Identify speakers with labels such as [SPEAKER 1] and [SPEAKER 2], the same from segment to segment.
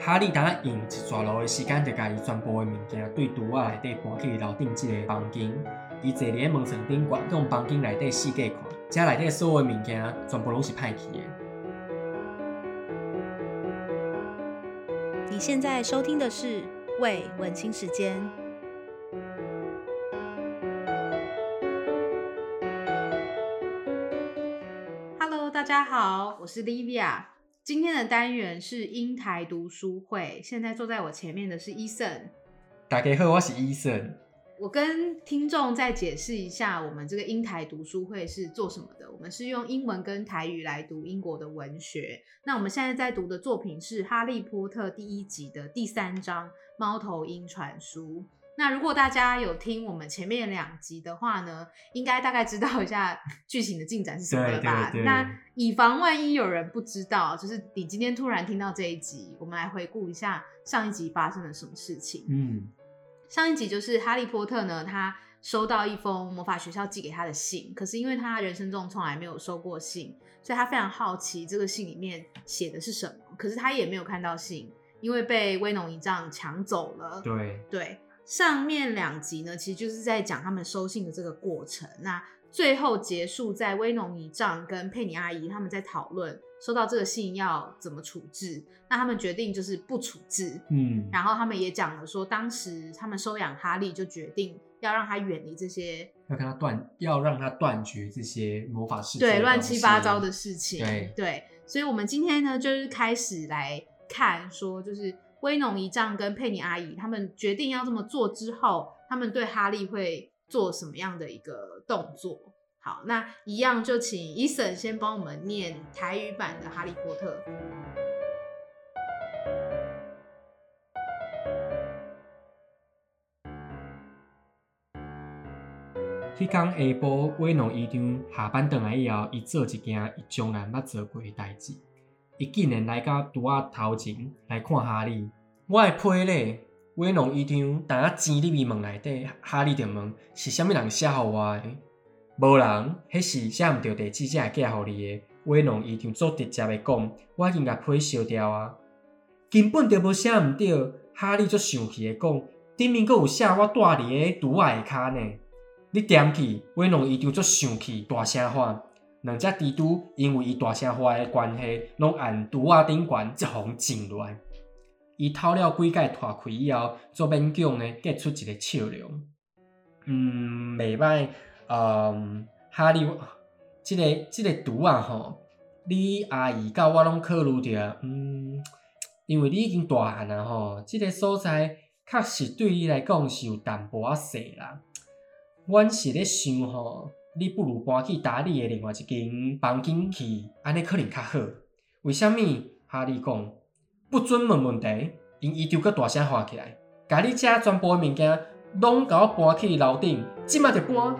[SPEAKER 1] 哈利当用一逝路的时间，就甲伊全部的物件对啊橱仔内底搬去楼顶即个房间。伊坐伫咧门床顶悬，用房间内底四界看，遮内底所有的物件全部拢是歹去的。
[SPEAKER 2] 你现在收听的是《喂文青时间》。
[SPEAKER 3] Hello，大家好，我是 Livia。今天的单元是英台读书会，现在坐在我前面的是 Eason。
[SPEAKER 1] 大家好，我是医生。
[SPEAKER 3] 我跟听众再解释一下，我们这个英台读书会是做什么的？我们是用英文跟台语来读英国的文学。那我们现在在读的作品是《哈利波特》第一集的第三章《猫头鹰传书》。那如果大家有听我们前面两集的话呢，应该大概知道一下 剧情的进展是什么了吧？
[SPEAKER 1] 对对对
[SPEAKER 3] 那以防万一有人不知道，就是你今天突然听到这一集，我们来回顾一下上一集发生了什么事情。
[SPEAKER 1] 嗯，
[SPEAKER 3] 上一集就是哈利波特呢，他收到一封魔法学校寄给他的信，可是因为他人生中从来没有收过信，所以他非常好奇这个信里面写的是什么。可是他也没有看到信，因为被威农一丈抢走了。
[SPEAKER 1] 对，
[SPEAKER 3] 对，上面两集呢，其实就是在讲他们收信的这个过程。那最后结束在威农一丈跟佩妮阿姨他们在讨论收到这个信要怎么处置，那他们决定就是不处置，
[SPEAKER 1] 嗯，
[SPEAKER 3] 然后他们也讲了说，当时他们收养哈利就决定要让他远离这些
[SPEAKER 1] 要跟他断，要让他断绝这些魔法世界的
[SPEAKER 3] 对乱
[SPEAKER 1] 东西
[SPEAKER 3] 七八糟的。事情。
[SPEAKER 1] 对
[SPEAKER 3] 所以我们今天呢，就是开始来看说，就是威农一丈跟佩妮阿姨他们决定要这么做之后，他们对哈利会做什么样的一个动作？好，那一样就请伊森先帮我们念台语版的《哈利波特》。
[SPEAKER 1] 迄天下晡，威农医长下班倒来以后，伊做一件伊从来毋捌做过诶代志。伊竟然来到拄仔头前来看哈利。我诶批咧，威农医长当啊钱入伊门内底，哈利就问是啥物人写互我诶？无人，迄是写毋着地址才会寄互你诶。威农医长足直接诶讲，我已经甲批烧掉啊，根本就无写毋着。哈利足生气诶讲，顶面阁有写我住伫诶拄仔下骹呢。你点去，威农伊就足生气，大声喊。两只蜘蛛因为伊大声喊的关系，拢按拄仔顶悬一红进落来。伊偷了几届拖开以后，做勉强呢，结出一个笑容。嗯，袂歹。嗯，哈利，即、个即、个拄仔吼，你阿姨甲我拢考虑着，嗯，因为你已经大汉啊吼，即、个所在确实对你来讲是有淡薄仔细啦。阮是咧想吼，你不如搬去达利的另外一间房间去，安尼可能较好。为什物哈利讲不准问问题，因伊就阁大声喊起来，甲你遮全部的物件拢甲我搬去楼顶，即马就搬。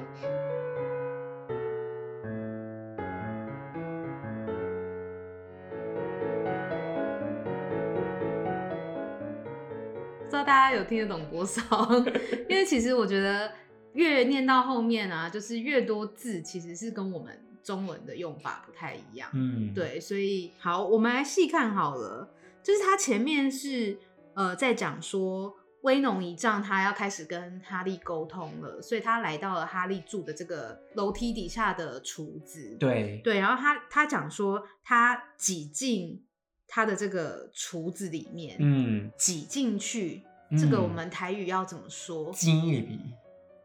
[SPEAKER 3] 不知道大家有听得懂多少？ 因为其实我觉得越念到后面啊，就是越多字其实是跟我们中文的用法不太一样。
[SPEAKER 1] 嗯，，
[SPEAKER 3] 对，所以好，我们来细看好了。就是他前面是呃在讲说威农一丈他要开始跟哈利沟通了，所以他来到了哈利住的这个楼梯底下的厨子。
[SPEAKER 1] 对，
[SPEAKER 3] 对，然后他他讲说他挤进他的这个厨子里面，
[SPEAKER 1] 嗯，
[SPEAKER 3] 挤进去，这个
[SPEAKER 1] 嗯
[SPEAKER 3] 我们台语要怎么说？
[SPEAKER 1] 金入去，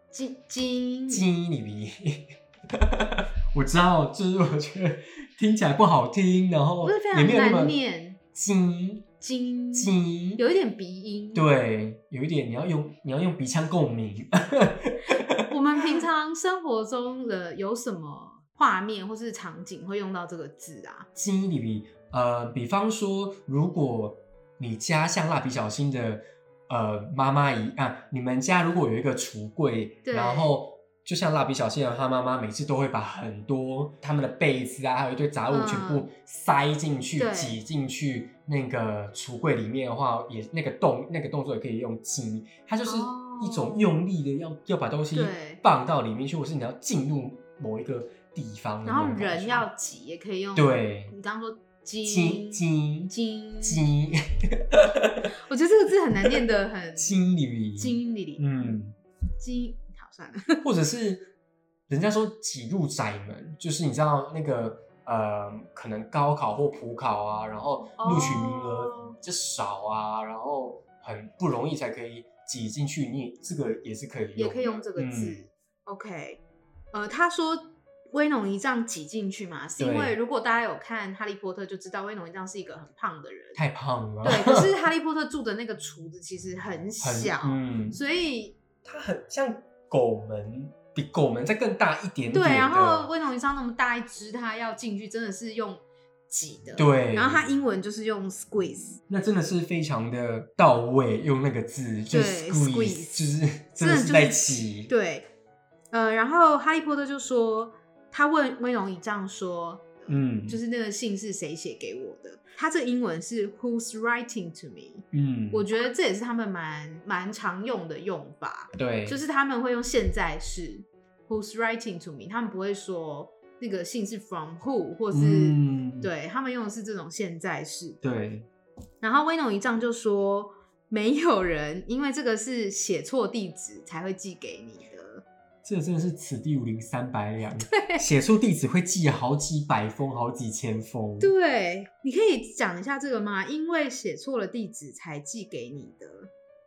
[SPEAKER 3] 金金
[SPEAKER 1] 金入去。 我知道，就是我觉得听起来不好听，然后
[SPEAKER 3] 不是非
[SPEAKER 1] 也
[SPEAKER 3] 常
[SPEAKER 1] 没有那么
[SPEAKER 3] 难念，
[SPEAKER 1] 金
[SPEAKER 3] 金
[SPEAKER 1] 金
[SPEAKER 3] 有一点鼻音。，
[SPEAKER 1] 对，有一点你要用你要用鼻腔共鸣。
[SPEAKER 3] 我们平常生活中的有什么画面或是场景会用到这个字啊？
[SPEAKER 1] 金里比呃，比方说，如果你家像蜡笔小新的呃妈妈一啊，你们家如果有一个橱柜，
[SPEAKER 3] 对
[SPEAKER 1] 然后。就像蜡笔小新的他妈妈每次都会把很多他们的被子啊，还有一堆杂物
[SPEAKER 3] 嗯
[SPEAKER 1] 全部塞进去、
[SPEAKER 3] 对
[SPEAKER 1] 挤进去那个橱柜里面的话，也那个动那个动作也可以用挤，它就是一
[SPEAKER 3] 哦
[SPEAKER 1] 种用力的要要把东西
[SPEAKER 3] 对
[SPEAKER 1] 放到里面去，或是你要进入某一个地方的
[SPEAKER 3] 然
[SPEAKER 1] 那种感
[SPEAKER 3] 后
[SPEAKER 1] 觉，
[SPEAKER 3] 人要挤也可以用，
[SPEAKER 1] 嗯对
[SPEAKER 3] 你刚刚说
[SPEAKER 1] 金
[SPEAKER 3] 金
[SPEAKER 1] 金
[SPEAKER 3] 金
[SPEAKER 1] 金
[SPEAKER 3] 我觉得这个字很难念 的，很
[SPEAKER 1] 金鱼，
[SPEAKER 3] 金里
[SPEAKER 1] 嗯，
[SPEAKER 3] 金，好算了，
[SPEAKER 1] 或者是人家说挤入窄门，就是你知道那个呃，可能高考或普考啊，然后录取名额
[SPEAKER 3] 哦
[SPEAKER 1] 就少啊，然后很不容易才可以挤进去，你也这个也是可以用的，
[SPEAKER 3] 也可以用这个字。
[SPEAKER 1] 嗯
[SPEAKER 3] OK，呃，他说威农一丈挤进去嘛，是因
[SPEAKER 1] 对
[SPEAKER 3] 为如果大家有看《哈利波特》就知道威农一丈是一个很胖的人，
[SPEAKER 1] 太胖了，
[SPEAKER 3] 对。可是哈利波特住的那个厨子其实很
[SPEAKER 1] 很
[SPEAKER 3] 小，
[SPEAKER 1] 嗯，
[SPEAKER 3] 所以
[SPEAKER 1] 它很像狗门，比狗门再更大一点点的，
[SPEAKER 3] 对，然后威农一丈那么大一只，他要进去真的是用挤的，。
[SPEAKER 1] 对，
[SPEAKER 3] 然后他英文就是用 squeeze，
[SPEAKER 1] 那真的是非常的到位，用那个字就
[SPEAKER 3] 对
[SPEAKER 1] 是
[SPEAKER 3] squeeze
[SPEAKER 1] 就是真
[SPEAKER 3] 真
[SPEAKER 1] 的
[SPEAKER 3] 的
[SPEAKER 1] 是
[SPEAKER 3] 就
[SPEAKER 1] 在
[SPEAKER 3] 是
[SPEAKER 1] 挤，
[SPEAKER 3] 对，呃，然后哈利波特就说，他问威龙一丈说，
[SPEAKER 1] 嗯，
[SPEAKER 3] 就是那个信是谁写给我的？他这英文是 Who's writing to me？
[SPEAKER 1] 嗯，
[SPEAKER 3] 我觉得这也是他们蛮蛮常用的用法，
[SPEAKER 1] 对，
[SPEAKER 3] 就是他们会用现在式 Who's writing to me？他们不会说那个信是 from who 或是、
[SPEAKER 1] 嗯，
[SPEAKER 3] 对他们用的是这种现在式的。
[SPEAKER 1] 对，
[SPEAKER 3] 然后威农一丈就说，没有人因为这个是写错地址才会寄给你的。
[SPEAKER 1] 这真的是此地无银三百两，写错地址会寄好几百封，好几千封，
[SPEAKER 3] 对，你可以讲一下这个吗？因为写错了地址才寄给你的。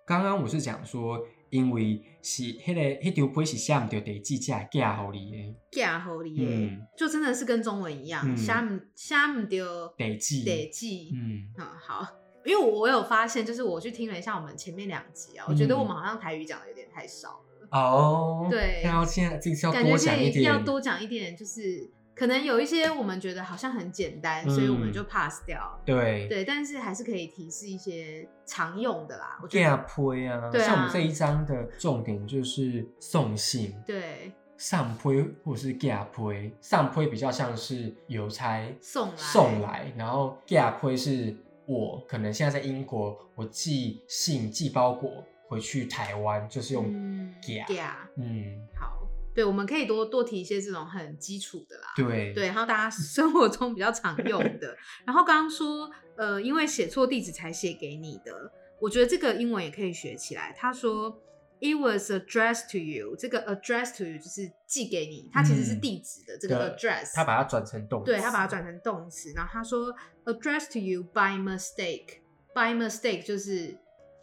[SPEAKER 1] 刚刚我是讲说，因为是迄、个迄张批是写毋着地址，才会寄互你
[SPEAKER 3] 假合理
[SPEAKER 1] 的，
[SPEAKER 3] 耶，
[SPEAKER 1] 嗯，
[SPEAKER 3] 就真的是跟中文一
[SPEAKER 1] 嗯
[SPEAKER 3] 样，虾姆虾姆丢
[SPEAKER 1] 地址，
[SPEAKER 3] 得记。
[SPEAKER 1] 嗯，
[SPEAKER 3] 嗯，好，因为我有发现，就是我去听了一下我们前面两集啊，我
[SPEAKER 1] 嗯
[SPEAKER 3] 觉得我们好像台语讲的有点太少了，
[SPEAKER 1] 哦，
[SPEAKER 3] 对
[SPEAKER 1] 然后现在这次要
[SPEAKER 3] 感
[SPEAKER 1] 多
[SPEAKER 3] 觉可
[SPEAKER 1] 讲一
[SPEAKER 3] 以
[SPEAKER 1] 点，
[SPEAKER 3] 要多讲一点，就是可能有一些我们觉得好像很简单，所以我
[SPEAKER 1] 嗯
[SPEAKER 3] 们就 pass 掉。
[SPEAKER 1] 对，
[SPEAKER 3] 对，但是还是可以提示一些常用的啦，我觉
[SPEAKER 1] 对啊，
[SPEAKER 3] 得。
[SPEAKER 1] 推啊，
[SPEAKER 3] 对啊
[SPEAKER 1] 像我们这一章的重点就是送信，
[SPEAKER 3] 对，
[SPEAKER 1] 上推或是假推，上推比较像是邮差
[SPEAKER 3] 送来
[SPEAKER 1] 送来，然后假推是我可能现在在英国，我寄信寄包裹回去台湾，就是用
[SPEAKER 3] 嗯
[SPEAKER 1] 假，
[SPEAKER 3] 假
[SPEAKER 1] 嗯，
[SPEAKER 3] 好，对，我们可以多多提一些这种很基础的啦。
[SPEAKER 1] 对
[SPEAKER 3] 对，然后大家生活中比较常用的。然后刚刚说，呃，因为写错地址才写给你的，我觉得这个英文也可以学起来。他说，It was addressed to you。这个 addressed to you 就是寄给你，它其实是
[SPEAKER 1] 嗯
[SPEAKER 3] 地址的这
[SPEAKER 1] 的
[SPEAKER 3] 个 address。
[SPEAKER 1] 他把它转成动词，
[SPEAKER 3] 对他把它转成动词，然后他说 addressed to you by mistake。by mistake 就是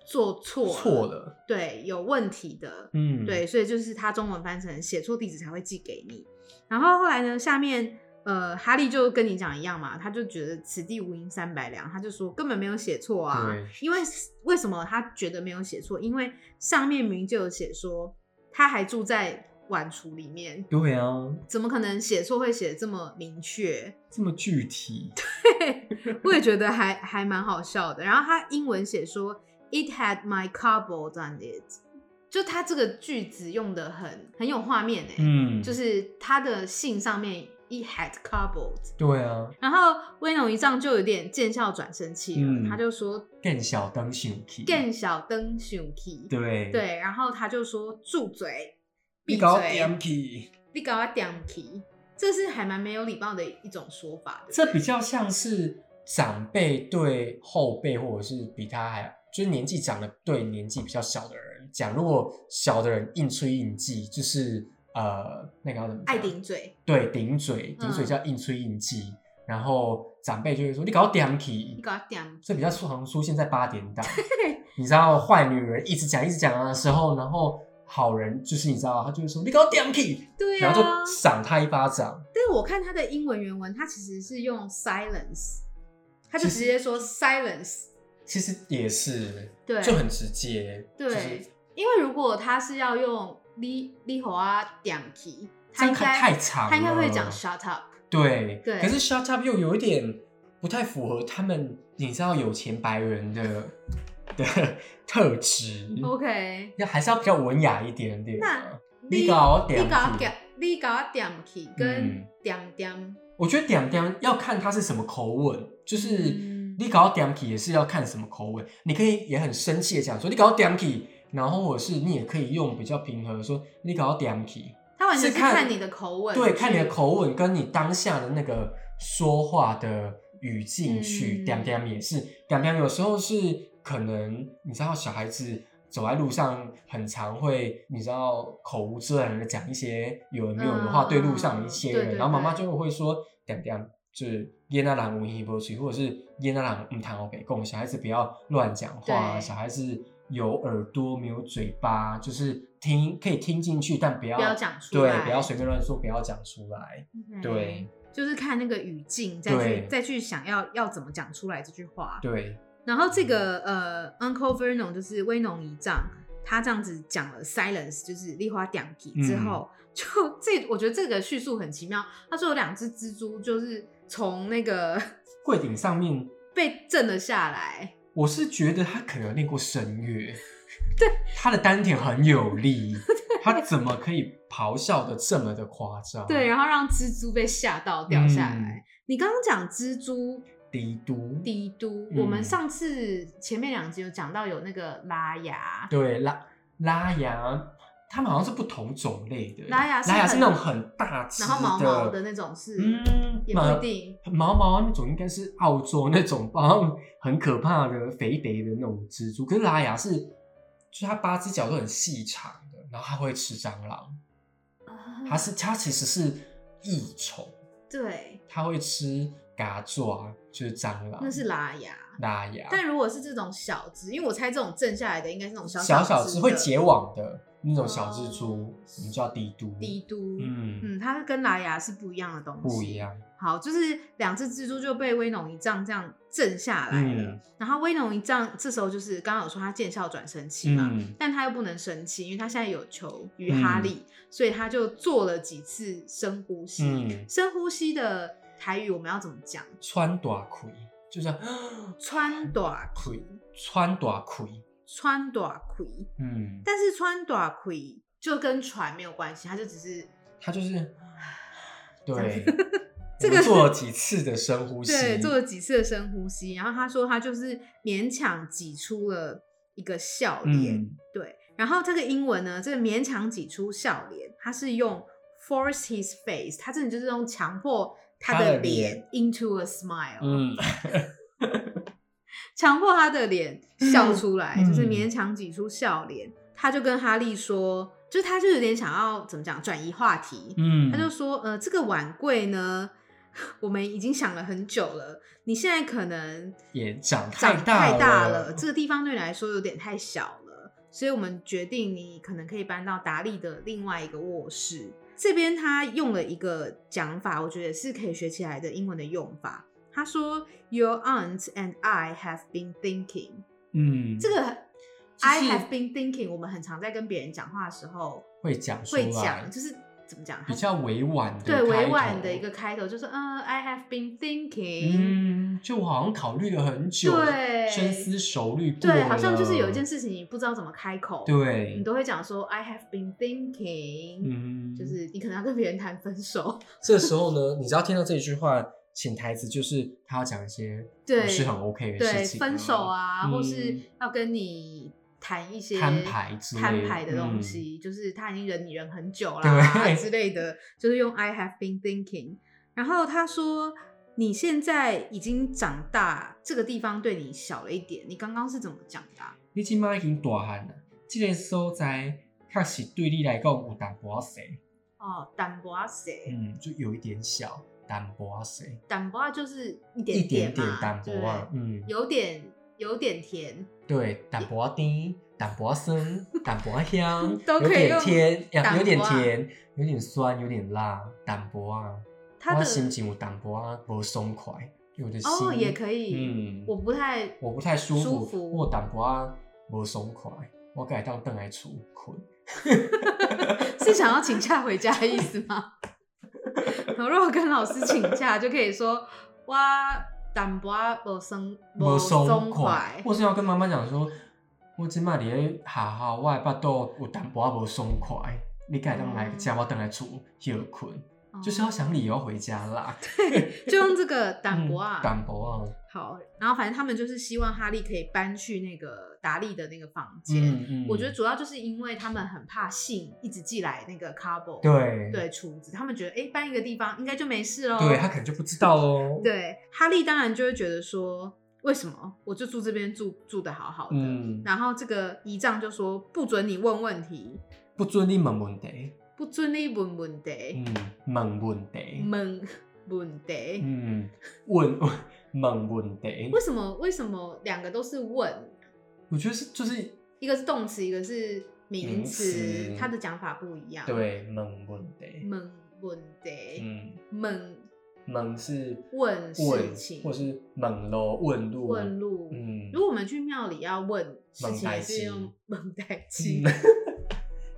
[SPEAKER 3] 做错了
[SPEAKER 1] 错，了，
[SPEAKER 3] 对，有问题的。
[SPEAKER 1] 嗯，
[SPEAKER 3] 对，所以就是他中文翻成写错地址才会寄给你。然后后来呢，下面呃，哈利就跟你讲一样嘛，他就觉得此地无银三百两，他就说根本没有写错啊
[SPEAKER 1] 对。
[SPEAKER 3] 因为为什么他觉得没有写错？因为上面明明就有写说他还住在碗橱里面，
[SPEAKER 1] 对啊，
[SPEAKER 3] 怎么可能写错会写得这么明确？
[SPEAKER 1] 这么具体，
[SPEAKER 3] 我也觉得还还蛮好笑的。然后他英文写说，It had my cardboard on it，就他这个句子用的很很有画面哎、
[SPEAKER 1] 嗯，
[SPEAKER 3] 就是他的信上面 it had cardboard，
[SPEAKER 1] 对啊，
[SPEAKER 3] 然后威农一丈就有点见笑转生气了，
[SPEAKER 1] 嗯
[SPEAKER 3] 他就说
[SPEAKER 1] 更小灯想起，
[SPEAKER 3] 见小灯熊气，
[SPEAKER 1] 对，
[SPEAKER 3] 对，然后他就说住嘴，
[SPEAKER 1] 你
[SPEAKER 3] 闭
[SPEAKER 1] 搞
[SPEAKER 3] 嘴，
[SPEAKER 1] 点起。
[SPEAKER 3] 你搞我点皮，这是还蛮没有礼貌的一种说法，对不
[SPEAKER 1] 这
[SPEAKER 3] 对
[SPEAKER 1] 比较像是长辈对后辈，或者是比他还就是年纪长的对年纪比较小的人讲。如果小的人硬吹硬记，就是呃那个要怎么讲
[SPEAKER 3] 爱顶嘴，
[SPEAKER 1] 对顶嘴，顶嘴
[SPEAKER 3] 嗯
[SPEAKER 1] 叫硬吹硬记。然后长辈就会说你搞点起
[SPEAKER 3] 你，搞我点
[SPEAKER 1] 这比较常出现在八点 档。你知道坏女人一直讲一直讲的时候，然后好人就是你知道他就会说你搞点起，
[SPEAKER 3] 对
[SPEAKER 1] 然
[SPEAKER 3] 啊
[SPEAKER 1] 后，就赏他一巴掌。
[SPEAKER 3] 但是我看他的英文原文，他其实是用 silence，他就直接说 silence，
[SPEAKER 1] 其实也是，
[SPEAKER 3] 对
[SPEAKER 1] 就很直接，
[SPEAKER 3] 对
[SPEAKER 1] 就是
[SPEAKER 3] 因为如果他是要用你你和啊点题，
[SPEAKER 1] 这
[SPEAKER 3] 他应
[SPEAKER 1] 样看
[SPEAKER 3] 该
[SPEAKER 1] 太长了，
[SPEAKER 3] 他应该会讲 shut up。
[SPEAKER 1] 对
[SPEAKER 3] 对
[SPEAKER 1] 可是 shut up 又有一点不太符合他们，你知道有钱白人的的特质，
[SPEAKER 3] OK，
[SPEAKER 1] 要还是要比较文雅一点点啊。
[SPEAKER 3] 哦那
[SPEAKER 1] 你搞我
[SPEAKER 3] 你
[SPEAKER 1] 点题
[SPEAKER 3] 搞我点你搞我点题
[SPEAKER 1] 嗯
[SPEAKER 3] 跟点点，
[SPEAKER 1] 我觉得点点要看他是什么口吻，就是
[SPEAKER 3] 嗯
[SPEAKER 1] 你搞到点起也是要看什么口吻。你可以也很生气的讲说你搞到点起，然后或者是你也可以用比较平和地说你搞到点起。
[SPEAKER 3] 他完全
[SPEAKER 1] 是
[SPEAKER 3] 是
[SPEAKER 1] 看
[SPEAKER 3] 看你的口吻，
[SPEAKER 1] 对，看你的口吻跟你当下的那个说话的语境去
[SPEAKER 3] 嗯
[SPEAKER 1] 点点也是点点，有时候是可能你知道小孩子。走在路上，很常会你知道口无遮拦的讲一些有人没有的话，
[SPEAKER 3] 嗯
[SPEAKER 1] 对路上的一些
[SPEAKER 3] 对
[SPEAKER 1] 人，
[SPEAKER 3] 对
[SPEAKER 1] 然后妈妈
[SPEAKER 3] 对
[SPEAKER 1] 就会说点点，就是耶那郎无一不去，或者是耶那郎唔谈我给供，小孩子不要乱讲话啊，
[SPEAKER 3] 对
[SPEAKER 1] 小孩子有耳朵没有嘴巴，就是听可以听进去，但不要
[SPEAKER 3] 不要讲出来
[SPEAKER 1] 对，不要随便乱说，不要讲出来，对。
[SPEAKER 3] 就是看那个语境，再
[SPEAKER 1] 对
[SPEAKER 3] 去再去想要要怎么讲出来这句话。
[SPEAKER 1] 对，
[SPEAKER 3] 然后这个呃，Uncle Vernon 就是威农一丈，他这样子讲了 silence，就是丽花两集
[SPEAKER 1] 嗯
[SPEAKER 3] 之后，就这我觉得这个叙述很奇妙。他说有两只蜘蛛就是从那个
[SPEAKER 1] 柜顶上面，
[SPEAKER 3] 被震了下来，
[SPEAKER 1] 我是觉得他可能有练过声乐，对，他的丹田很有力，他怎么可以咆哮的这么的夸张？
[SPEAKER 3] 对，，啊然后让蜘蛛被吓到掉下
[SPEAKER 1] 嗯
[SPEAKER 3] 来。你刚刚讲蜘蛛
[SPEAKER 1] 低嘟，
[SPEAKER 3] 帝都，
[SPEAKER 1] 嗯
[SPEAKER 3] 我们上次前面两集有讲到有那个拉牙，
[SPEAKER 1] 对拉拉牙，他们好像是不同种类的，
[SPEAKER 3] 拉牙是
[SPEAKER 1] 拉牙是
[SPEAKER 3] 很
[SPEAKER 1] 那种很大只，
[SPEAKER 3] 然后毛毛的，那种是，
[SPEAKER 1] 嗯，
[SPEAKER 3] 也
[SPEAKER 1] 毛
[SPEAKER 3] 不一定。
[SPEAKER 1] 毛毛那种应该是澳洲那种，好像很可怕的肥肥的那种蜘蛛，可是拉牙是，就是它八只脚都很细长的，然后它会吃蟑螂。
[SPEAKER 3] 嗯
[SPEAKER 1] 它是它其实是益虫，
[SPEAKER 3] 对，
[SPEAKER 1] 它会吃嘎爪，就是蟑螂，
[SPEAKER 3] 那是拉牙。
[SPEAKER 1] 拉牙，
[SPEAKER 3] 但如果是这种小只，因为我猜这种震下来的应该是那种小
[SPEAKER 1] 小
[SPEAKER 3] 小
[SPEAKER 1] 只
[SPEAKER 3] 的
[SPEAKER 1] 会结网的那种小
[SPEAKER 3] 哦
[SPEAKER 1] 蜘蛛，我们叫帝都，
[SPEAKER 3] 帝都，
[SPEAKER 1] 嗯，
[SPEAKER 3] 嗯，它跟拉牙是不一样的东西，
[SPEAKER 1] 不一。样，
[SPEAKER 3] 好，就是两只蜘蛛就被威农一丈这样震下来了，
[SPEAKER 1] 嗯
[SPEAKER 3] 然后威农一丈这时候就是刚刚有说他见效转生气嘛，
[SPEAKER 1] 嗯，
[SPEAKER 3] 但他又不能生气，因为他现在有求于哈利，所以他就做了几次深呼吸。
[SPEAKER 1] 嗯
[SPEAKER 3] 深呼吸的台语我们要怎么讲？
[SPEAKER 1] 穿大盔就是
[SPEAKER 3] 穿短
[SPEAKER 1] 盔，穿大盔，
[SPEAKER 3] 穿短盔，
[SPEAKER 1] 嗯，
[SPEAKER 3] 但是穿短盔就跟船没有关系，它就只是，
[SPEAKER 1] 它就是对
[SPEAKER 3] 这
[SPEAKER 1] 我
[SPEAKER 3] 个
[SPEAKER 1] 们做了几次的深呼吸，
[SPEAKER 3] 对做了几次的深呼吸。然后他说他就是勉强挤出了一个笑脸，
[SPEAKER 1] 嗯
[SPEAKER 3] 对。然后这个英文呢，这个勉强挤出笑脸，它是用 force his face，它真的就是用强迫他
[SPEAKER 1] 他
[SPEAKER 3] 的
[SPEAKER 1] 的脸
[SPEAKER 3] 脸 into a smile，、
[SPEAKER 1] 嗯，
[SPEAKER 3] 强迫他的脸笑出来，
[SPEAKER 1] 嗯
[SPEAKER 3] 就是勉强挤出笑脸。他就跟哈利说，就他就有点想要怎么讲转移话题，
[SPEAKER 1] 嗯，
[SPEAKER 3] 他就说，呃，这个晚柜呢， 我们已经想了很久了，你现在可能
[SPEAKER 1] 也长太
[SPEAKER 3] 长
[SPEAKER 1] 大
[SPEAKER 3] 太大
[SPEAKER 1] 了
[SPEAKER 3] 这个地方对你来说有点太小了，所以我们决定你可能可以搬到达利的另外一个卧室。这边他用了一个讲法，我觉得是可以学起来的英文的用法。他说，Your aunt and I have been thinking。
[SPEAKER 1] 嗯，
[SPEAKER 3] 这个
[SPEAKER 1] 就是
[SPEAKER 3] I have been thinking，我们很常在跟别人讲话的时候
[SPEAKER 1] 会讲出来，
[SPEAKER 3] 会讲，就是怎么讲，它
[SPEAKER 1] 啊比较委婉的，
[SPEAKER 3] 对委婉的一个。开头，就是嗯、i have been thinking，、
[SPEAKER 1] 嗯，就我好像考虑了很久，
[SPEAKER 3] 对
[SPEAKER 1] 深思熟虑过
[SPEAKER 3] 对，好像就是有一件
[SPEAKER 1] 事，
[SPEAKER 3] 事情你不知道怎么开口，你
[SPEAKER 1] 对，
[SPEAKER 3] 都会讲说 I have been thinking，、
[SPEAKER 1] 嗯，
[SPEAKER 3] 就是你可能要跟别人谈分手，
[SPEAKER 1] 这时候呢，你只要听到这句话，潜台词就是他要讲一些
[SPEAKER 3] 对
[SPEAKER 1] 不是很 OK 的
[SPEAKER 3] 对
[SPEAKER 1] 事，情，
[SPEAKER 3] 分手，啊，
[SPEAKER 1] 嗯
[SPEAKER 3] 或是要跟你谈一些
[SPEAKER 1] 摊牌之类的嗯
[SPEAKER 3] 摊牌的东西，就是他已经忍你忍很久啦
[SPEAKER 1] 对
[SPEAKER 3] 之类的，就是用 I have been thinking。然后他说你现在已经长大，这个地方对你小了一点，你刚刚是怎么讲的啊、
[SPEAKER 1] 你今麦已经大汉了，这个所在确实对你来讲有淡薄仔小，
[SPEAKER 3] 哦，淡薄啊谁？
[SPEAKER 1] 嗯，就有一点小淡薄仔小，
[SPEAKER 3] 淡薄啊就是一
[SPEAKER 1] 一
[SPEAKER 3] 点
[SPEAKER 1] 点点
[SPEAKER 3] 嘛，
[SPEAKER 1] 淡薄
[SPEAKER 3] 对不
[SPEAKER 1] 啊
[SPEAKER 3] 对，
[SPEAKER 1] 嗯，
[SPEAKER 3] 有点有点甜，，
[SPEAKER 1] 对，淡薄甜，淡薄酸，淡薄香
[SPEAKER 3] 都可
[SPEAKER 1] 有
[SPEAKER 3] 以
[SPEAKER 1] 点
[SPEAKER 3] 用
[SPEAKER 1] 甜，
[SPEAKER 3] 淡薄
[SPEAKER 1] 呀有点
[SPEAKER 3] 啊
[SPEAKER 1] 甜，有点酸，有点辣，淡薄啊。
[SPEAKER 3] 它
[SPEAKER 1] 我
[SPEAKER 3] 的
[SPEAKER 1] 心情有淡薄啊，不松快，有的心
[SPEAKER 3] 哦也可以
[SPEAKER 1] 嗯，
[SPEAKER 3] 我不太
[SPEAKER 1] 我不太舒
[SPEAKER 3] 舒
[SPEAKER 1] 服，
[SPEAKER 3] 服
[SPEAKER 1] 我淡薄啊，不松快，我改当邓来厝困。
[SPEAKER 3] 是想要请假回家的意思吗？我如果跟老师请假，就可以说我淡薄不松
[SPEAKER 1] 无
[SPEAKER 3] 松哦
[SPEAKER 1] 爽快，或是要跟妈妈讲说，我即摆伫咧下校，我的腹肚有淡薄仔无爽快，你改当来
[SPEAKER 3] 嗯
[SPEAKER 1] 食我倒来厝休困，就是要想理由回家啦。
[SPEAKER 3] 就用这个胆博啊
[SPEAKER 1] 嗯， 淡薄啊，
[SPEAKER 3] 好，然后反正他们就是希望哈利可以搬去那个达利的那个房间。
[SPEAKER 1] 嗯嗯，
[SPEAKER 3] 我觉得主要就是因为他们很怕信一直寄来那个 Carbo
[SPEAKER 1] 对
[SPEAKER 3] 对厨子，他们觉得哎、诶搬一个地方应该就没事喽。
[SPEAKER 1] 对他可能就不知道哦。，
[SPEAKER 3] 对哈利当然就会觉得说，为什么我就住这边住住的好好的？
[SPEAKER 1] 嗯，
[SPEAKER 3] 然后这个仪仗就说不准你问问题，
[SPEAKER 1] 不准你问问题，
[SPEAKER 3] 不准你问问题
[SPEAKER 1] 嗯，，问问题，
[SPEAKER 3] 问问题。
[SPEAKER 1] 嗯，问 问问题
[SPEAKER 3] 为，什么？为什么两个都是问？
[SPEAKER 1] 我觉得是就是
[SPEAKER 3] 一个是动词，一个是名
[SPEAKER 1] 名
[SPEAKER 3] 词
[SPEAKER 1] 词，
[SPEAKER 3] 它的讲法不一样。，
[SPEAKER 1] 对问问题，
[SPEAKER 3] 问问题，
[SPEAKER 1] 嗯，
[SPEAKER 3] 问
[SPEAKER 1] 问是
[SPEAKER 3] 问事
[SPEAKER 1] 问
[SPEAKER 3] 情，
[SPEAKER 1] 或是问路问路，
[SPEAKER 3] 问路。
[SPEAKER 1] 嗯，
[SPEAKER 3] 如果我们去庙里要问事
[SPEAKER 1] 问
[SPEAKER 3] 情，
[SPEAKER 1] 代
[SPEAKER 3] 也是
[SPEAKER 1] 志
[SPEAKER 3] 用问代机
[SPEAKER 1] 嗯。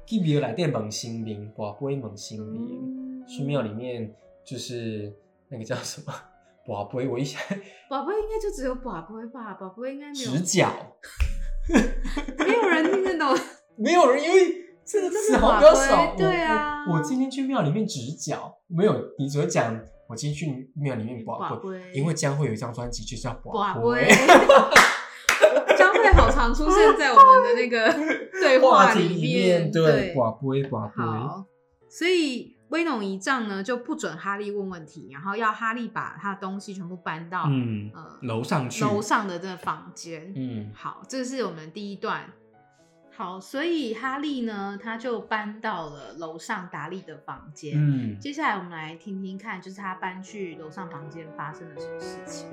[SPEAKER 1] 去庙内底问神明，跋杯问神
[SPEAKER 3] 嗯
[SPEAKER 1] 明，去庙里面就是那个叫什么 跋杯，我一下
[SPEAKER 3] 宝贝应该就只有宝贝吧，宝贝应该没有
[SPEAKER 1] 直角，
[SPEAKER 3] 没有人听 得懂。
[SPEAKER 1] 没有人因为这个词好比较少。
[SPEAKER 3] 这是跋杯对啊
[SPEAKER 1] 我我我今天去庙里面直角，没有你只会讲我今天去庙里面
[SPEAKER 3] 宝
[SPEAKER 1] 跋杯，
[SPEAKER 3] 贝，
[SPEAKER 1] 因为将会有一张专辑就是要
[SPEAKER 3] 宝
[SPEAKER 1] 跋
[SPEAKER 3] 贝
[SPEAKER 1] 杯。
[SPEAKER 3] 将会好常出现在我们的 那个对
[SPEAKER 1] 话题
[SPEAKER 3] 里
[SPEAKER 1] 里面对
[SPEAKER 3] 对，
[SPEAKER 1] 跋杯跋杯，
[SPEAKER 3] 好，所以威农一仗呢就不准哈利问问题，然后要哈利把他的东西全部搬到、
[SPEAKER 1] 嗯，
[SPEAKER 3] 呃
[SPEAKER 1] 楼上去，
[SPEAKER 3] 楼上的这个房间。
[SPEAKER 1] 嗯
[SPEAKER 3] 好，这是我们第一段。好，所以哈利呢他就搬到了楼上达利的房间。
[SPEAKER 1] 嗯，
[SPEAKER 3] 接下来我们来听听看，就是他搬去楼上房间发生了什么事情。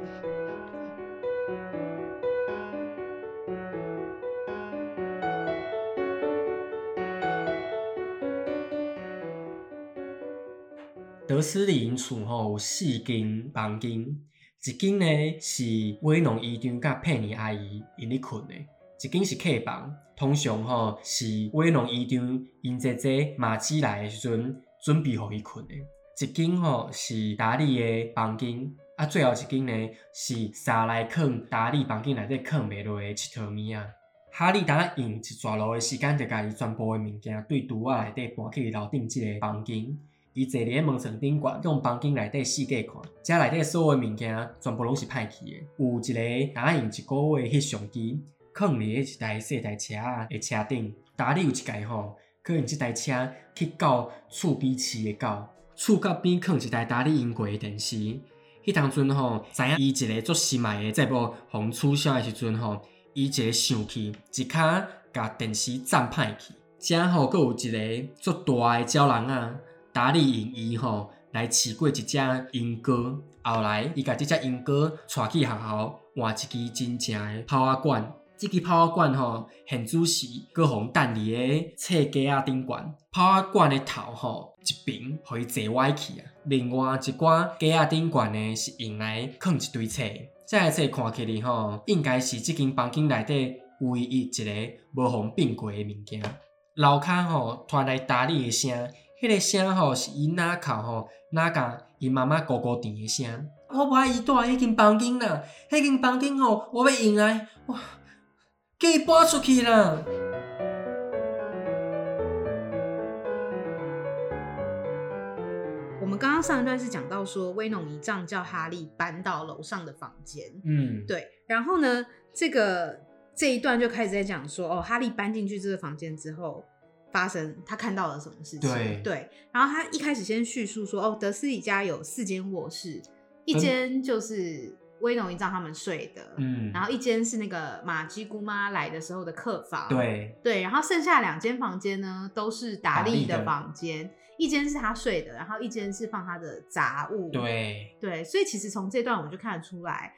[SPEAKER 1] 德斯里因厝吼有四间房间，一间呢是威农医生甲佩妮阿姨因咧困的，一间是客房。通常吼是威农医生因姐姐马基来的时阵准备互伊困的。一间吼是达利的房间，啊最后一间呢是沙来坑达利房间内底坑袂落的佚佗物啊。哈利达用一逝路的时间，就家己全部的物件对橱仔内底搬去楼顶即个房间。伊坐伫咧门床顶悬，用房间内底四界看，遮内底所有的物件全部拢是歹去的。有一个达用一个月的翕相机，放伫咧一台小台车仔的车顶。达利有一届吼，去用即台车去到厝边饲的狗，厝角边放一台达利用过的电视。迄当阵吼，知影伊一个做心爱的节目互取消的时阵吼，伊一个生气，一骹甲电视占歹去。正吼，佫有一个足大的鸟人啊，达利用伊吼来饲过一只鹦哥，后来伊甲即只鹦哥带去学校换一支真正的炮仔管。即支炮仔管吼，现主时佫互等伫个册架仔顶悬，炮仔管的头吼一边互伊坐歪去啊。另外一寡架仔顶悬呢是用来放一堆册，这个册看起来吼，应该是即间房间内底唯一一个无互并过的物件。楼骹吼传来打理的声，迄、个声吼是伊哪哭吼哪甲伊妈妈咕咕甜的声。我无爱伊住迄间房间啦，迄间房间吼我要用来，哇，叫伊搬出去啦。
[SPEAKER 3] 我们刚刚上一段是讲到说，威农一丈叫哈利搬到楼上的房间，
[SPEAKER 1] 嗯，
[SPEAKER 3] 对，然后呢，这个这一段就开始在讲说，哦，哈利搬进去这个房间之后，发生他看到了什么事情，
[SPEAKER 1] 对
[SPEAKER 3] 然后他一开始先叙述说，哦，德斯里家有四间卧室，一间就是威农一丈他们睡的，
[SPEAKER 1] 嗯，
[SPEAKER 3] 然后一间是那个玛姬姑妈来的时候的客房，
[SPEAKER 1] 对，
[SPEAKER 3] 对，然后剩下两间房间呢，都是达
[SPEAKER 1] 达利
[SPEAKER 3] 利的
[SPEAKER 1] 的
[SPEAKER 3] 房间，一间是他睡的，然后一间是放他的杂物。
[SPEAKER 1] 对，
[SPEAKER 3] 对，所以其实从这段我们就看得出来，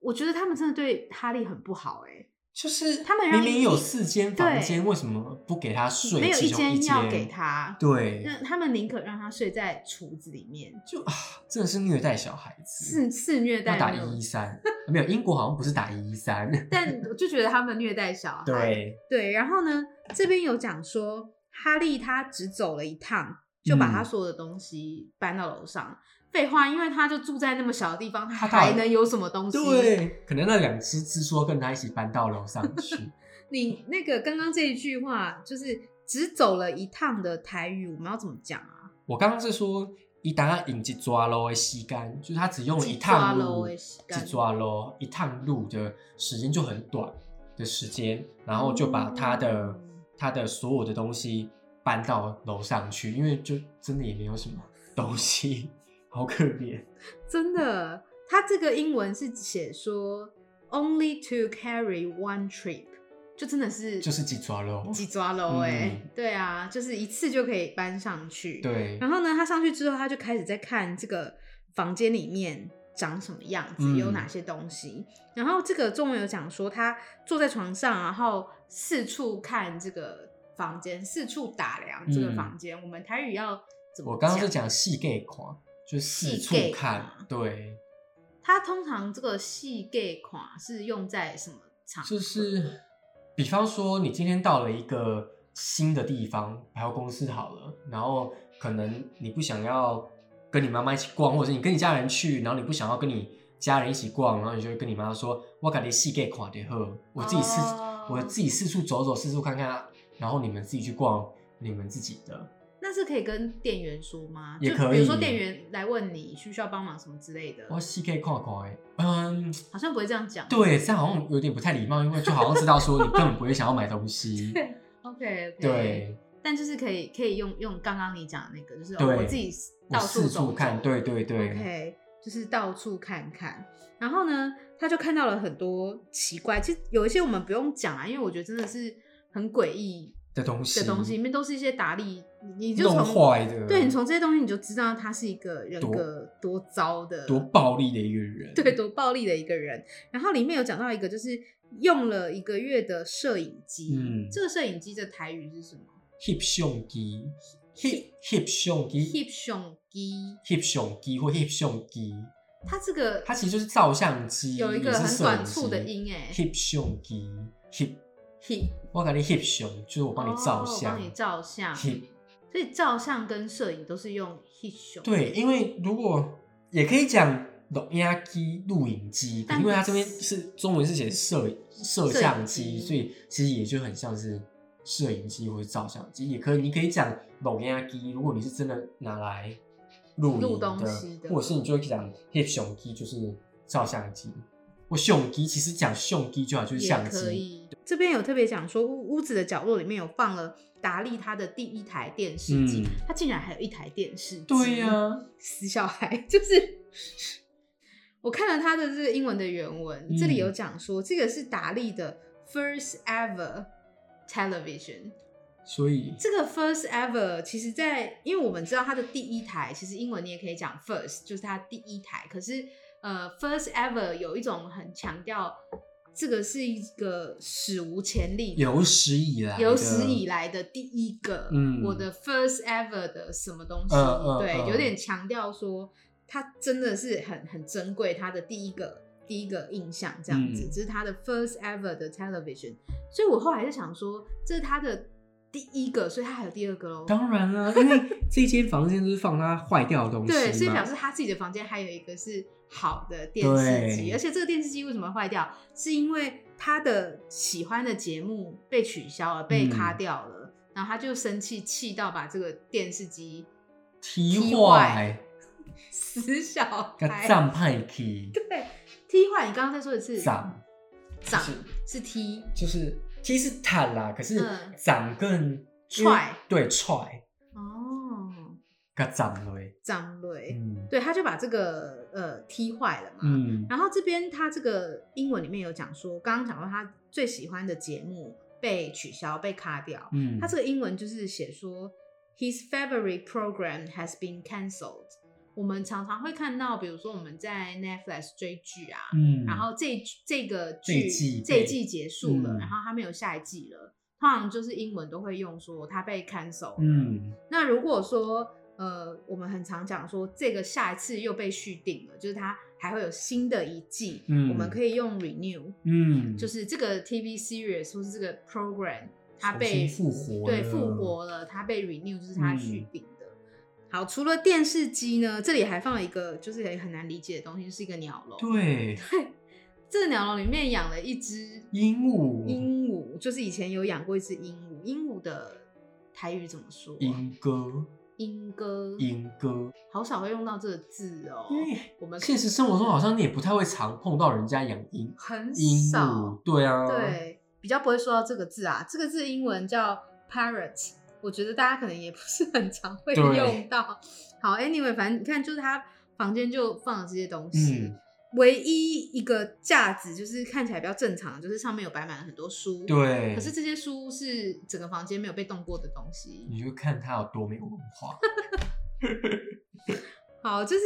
[SPEAKER 3] 我觉得他们真的对哈利很不好哎、
[SPEAKER 1] 就是
[SPEAKER 3] 他们让
[SPEAKER 1] 明明有
[SPEAKER 3] 一
[SPEAKER 1] 四间房间，
[SPEAKER 3] 对
[SPEAKER 1] 为什么不给他睡？
[SPEAKER 3] 没有
[SPEAKER 1] 其
[SPEAKER 3] 一
[SPEAKER 1] 中一
[SPEAKER 3] 间要给。他，
[SPEAKER 1] 对，
[SPEAKER 3] 那他们宁可让他睡在厨子里面，
[SPEAKER 1] 就啊，真的是虐待小孩子，
[SPEAKER 3] 肆肆虐
[SPEAKER 1] 要
[SPEAKER 3] 待
[SPEAKER 1] 打
[SPEAKER 3] 那种
[SPEAKER 1] 一一三，啊没有英国好像不是打一一 三，
[SPEAKER 3] 但我就觉得他们虐待小孩。
[SPEAKER 1] 对，
[SPEAKER 3] 对，然后呢，这边有讲说，哈利他只走了一趟，就把他
[SPEAKER 1] 嗯
[SPEAKER 3] 所有的东西搬到楼上。废话，因为他就住在那么小的地方，
[SPEAKER 1] 他
[SPEAKER 3] 他
[SPEAKER 1] 到底
[SPEAKER 3] 还能有什么东西？，
[SPEAKER 1] 对，可能那两只蜘蛛要跟他一起搬到楼上 去。
[SPEAKER 3] 你那个刚刚这一句话，就是只走了一趟的台语，我们要怎么讲啊？
[SPEAKER 1] 我刚刚是说伊当啊用一抓路的时间，就是他只用了一
[SPEAKER 3] 抓
[SPEAKER 1] 趟
[SPEAKER 3] 漏
[SPEAKER 1] 路，
[SPEAKER 3] 的时间
[SPEAKER 1] 一抓路一趟路的时间就很短的时间，然后就把他的、
[SPEAKER 3] 哦
[SPEAKER 1] 他的所有的东西搬到楼上去，因为就真的也没有什么东西，好可怜。
[SPEAKER 3] 真的，它这个英文是写说 only to carry one trip，就真的是
[SPEAKER 1] 就是几抓咯
[SPEAKER 3] 几抓楼哎
[SPEAKER 1] 嗯，
[SPEAKER 3] 对啊，就是一次就可以搬上去。
[SPEAKER 1] 对，
[SPEAKER 3] 然后呢，他上去之后，他就开始在看这个房间里面长什么样子，
[SPEAKER 1] 嗯
[SPEAKER 3] 有哪些东西。然后这个中文有讲说，他坐在床上，然后四处看这个房间，四处打量这个
[SPEAKER 1] 嗯
[SPEAKER 3] 房间。我们台语要怎么？
[SPEAKER 1] 我刚刚是讲细给看，就是四处
[SPEAKER 3] 细
[SPEAKER 1] 看
[SPEAKER 3] 架，
[SPEAKER 1] 对，
[SPEAKER 3] 它通常这个细 gay 款是用在什么场？
[SPEAKER 1] 就是比方说你今天到了一个新的地方，百货公司好了，然后可能你不想要跟你妈妈一起逛，或者是你跟你家人去，然后你不想要跟你家人一起逛，然后你就会跟你妈说：“我感觉细给看的呵，我自己四、
[SPEAKER 3] 哦
[SPEAKER 1] 我自己四处走走，四处看看啊，然后你们自己去逛你们自己的。”
[SPEAKER 3] 那是可以跟店员说吗？
[SPEAKER 1] 也
[SPEAKER 3] 就
[SPEAKER 1] 可
[SPEAKER 3] 比如
[SPEAKER 1] 以
[SPEAKER 3] 说店员来问你需不需要帮忙什么之类的，
[SPEAKER 1] 我细给看看诶，嗯，
[SPEAKER 3] 好像不会这样讲。
[SPEAKER 1] 对，这样好像有点不太礼貌，因为就好像知道说你根本不会想要买东西。
[SPEAKER 3] 对，OK，, o k
[SPEAKER 1] 对，
[SPEAKER 3] 但就是可以可以用用刚刚你讲的那个，就是、
[SPEAKER 1] 对
[SPEAKER 3] 哦、我自己
[SPEAKER 1] 我
[SPEAKER 3] 到处
[SPEAKER 1] 四
[SPEAKER 3] 走
[SPEAKER 1] 处看，
[SPEAKER 3] 走
[SPEAKER 1] 对对对
[SPEAKER 3] OK，就是到处看看。然后呢，他就看到了很多奇怪，其实有一些我们不用讲啊，因为我觉得真的是很诡异
[SPEAKER 1] 的东西
[SPEAKER 3] 的东西，里面都是一些打理，你你就
[SPEAKER 1] 弄
[SPEAKER 3] 从
[SPEAKER 1] 坏的，
[SPEAKER 3] 对你从这些东西你就知道他是一个人格多糟的
[SPEAKER 1] 多暴力的一个人，
[SPEAKER 3] 对，多暴力的一个人。然后里面有讲到一个，就是用了一个月的摄影机，
[SPEAKER 1] 嗯
[SPEAKER 3] 这个摄影机的台语是什么
[SPEAKER 1] 翕相机翕翕相机
[SPEAKER 3] ？Hip 相机，
[SPEAKER 1] 翕相机或翕相机，
[SPEAKER 3] 它这个
[SPEAKER 1] 它其实就是照相机，
[SPEAKER 3] 有一个
[SPEAKER 1] 也是
[SPEAKER 3] 很
[SPEAKER 1] 摄影
[SPEAKER 3] 短促的
[SPEAKER 1] 机
[SPEAKER 3] 音哎
[SPEAKER 1] 翕相机翕，
[SPEAKER 3] hip，
[SPEAKER 1] 我感觉翕相就是我帮你照
[SPEAKER 3] 哦、
[SPEAKER 1] 相
[SPEAKER 3] 帮你，照相。
[SPEAKER 1] 翕
[SPEAKER 3] 所以照相跟摄影都是用 hip 相，
[SPEAKER 1] 对，因为如果也可以讲录音机、录影机，可
[SPEAKER 3] 但
[SPEAKER 1] 因为它这边是中文是写摄摄
[SPEAKER 3] 摄
[SPEAKER 1] 像
[SPEAKER 3] 影
[SPEAKER 1] 机，
[SPEAKER 3] 机
[SPEAKER 1] 所以其实也就很像是摄影机或者照相机，也可以，你可以讲录音机，如果你是真的拿来录
[SPEAKER 3] 录
[SPEAKER 1] 影的，
[SPEAKER 3] 东西的
[SPEAKER 1] 或者是你就会讲翕相机，就是照相机。或相机，其实讲相机就好，就是
[SPEAKER 3] 也
[SPEAKER 1] 相
[SPEAKER 3] 可
[SPEAKER 1] 机。
[SPEAKER 3] 以。这边有特别讲说，屋屋子的角落里面有放了达利他的第一台电视机，
[SPEAKER 1] 嗯
[SPEAKER 3] 他竟然还有一台电视机。
[SPEAKER 1] 对呀、
[SPEAKER 3] 死小孩，就是 我看了他的这个英文的原文，
[SPEAKER 1] 嗯
[SPEAKER 3] 这里有讲说这个是达利的 first ever television。
[SPEAKER 1] 所以
[SPEAKER 3] 这个 first ever 其实在，因为我们知道他的第一台，其实英文你也可以讲 first，就是他第一台。可是呃，first ever 有一种很强调，这个是一个史无前例的
[SPEAKER 1] 有史以来的，
[SPEAKER 3] 有史以来的第一个，
[SPEAKER 1] 嗯
[SPEAKER 3] 我的 first ever 的什么东西，
[SPEAKER 1] 嗯嗯
[SPEAKER 3] 对，
[SPEAKER 1] 嗯
[SPEAKER 3] 有点强调说，它真的是很很珍贵，它的第一个第一个印象这样子，
[SPEAKER 1] 嗯
[SPEAKER 3] 这是它的 first ever 的 television，所以我后来就想说，这是它的第一个，所以它还有第二个喽。
[SPEAKER 1] 当然啦、因为这间房间就是放它坏掉的东西嘛。
[SPEAKER 3] 对，所以表示他自己的房间还有一个是好的电视机，
[SPEAKER 1] 对
[SPEAKER 3] 而且这个电视机为什么坏掉，是因为他的喜欢的节目被取消了，
[SPEAKER 1] 嗯
[SPEAKER 3] 被卡掉了，然后他就生气，气到把这个电 视机
[SPEAKER 1] 踢
[SPEAKER 3] 踢
[SPEAKER 1] 坏
[SPEAKER 3] 坏，死小
[SPEAKER 1] 个
[SPEAKER 3] 孩
[SPEAKER 1] 赞派踢，
[SPEAKER 3] 对踢坏。你刚刚再说一次，
[SPEAKER 1] 赞
[SPEAKER 3] 掌
[SPEAKER 1] 是
[SPEAKER 3] 是踢，
[SPEAKER 1] 就是踢是踏啦，可是
[SPEAKER 3] 嗯
[SPEAKER 1] 掌更
[SPEAKER 3] 踹，
[SPEAKER 1] 对踹
[SPEAKER 3] 哦，
[SPEAKER 1] 个掌嘞，
[SPEAKER 3] 掌雷，
[SPEAKER 1] 欸嗯
[SPEAKER 3] 对，他就把这个呃踢坏了嘛，
[SPEAKER 1] 嗯
[SPEAKER 3] 然后这边他这个英文里面有讲说，刚刚讲到他最喜欢的节目被取消、被卡掉。
[SPEAKER 1] 嗯，
[SPEAKER 3] 他这个英文就是写说，His favorite program has been cancelled。我们常常会看到，比如说我们在 Netflix 追剧啊，
[SPEAKER 1] 嗯，
[SPEAKER 3] 然后这这个剧
[SPEAKER 1] 这一季
[SPEAKER 3] 这一
[SPEAKER 1] 被
[SPEAKER 3] 季结束了，
[SPEAKER 1] 嗯
[SPEAKER 3] 然后他没有下一季了，通常就是英文都会用说他被 cancel 了。
[SPEAKER 1] 嗯
[SPEAKER 3] 那如果说呃，我们很常讲说这个下一次又被续订了，就是它还会有新的一季，
[SPEAKER 1] 嗯
[SPEAKER 3] 我们可以用 renew，
[SPEAKER 1] 嗯，
[SPEAKER 3] 就是是这个 TV series 或是这个 program 它
[SPEAKER 1] 重
[SPEAKER 3] 被
[SPEAKER 1] 新复活，嗯
[SPEAKER 3] 对复，活了，它被 renew 就是它续订的。好，除了电视机呢，这里还放了一个就是也很难理解的东西，就是一个鸟笼。
[SPEAKER 1] 对，
[SPEAKER 3] 这个鸟笼里面养了一只
[SPEAKER 1] 鹦鹉，
[SPEAKER 3] 鹦鹉，就是以前有养过一只鹦鹉，鹦鹉的台语怎么说啊、
[SPEAKER 1] 鹦哥，
[SPEAKER 3] 莺歌，
[SPEAKER 1] 莺歌，
[SPEAKER 3] 好少会用到这个字哦。
[SPEAKER 1] 因为
[SPEAKER 3] 我们
[SPEAKER 1] 现实生活中好像你也不太会常碰到人家养鹦
[SPEAKER 3] 很
[SPEAKER 1] 鹦鹉
[SPEAKER 3] 少，，
[SPEAKER 1] 对啊，，
[SPEAKER 3] 对，比较不会说到这个字啊。这个字英文叫 parrot，我觉得大家可能也不是很常会
[SPEAKER 1] 对
[SPEAKER 3] 用到。好，anyway，反正你看，就是他房间就放了这些东西。
[SPEAKER 1] 嗯，
[SPEAKER 3] 唯一一个架子就是看起来比较正常，就是上面有摆满了很多书。。
[SPEAKER 1] 对，
[SPEAKER 3] 可是这些书是整个房间没有被动过的东西。
[SPEAKER 1] 你就看他有多没文化，
[SPEAKER 3] 好，就是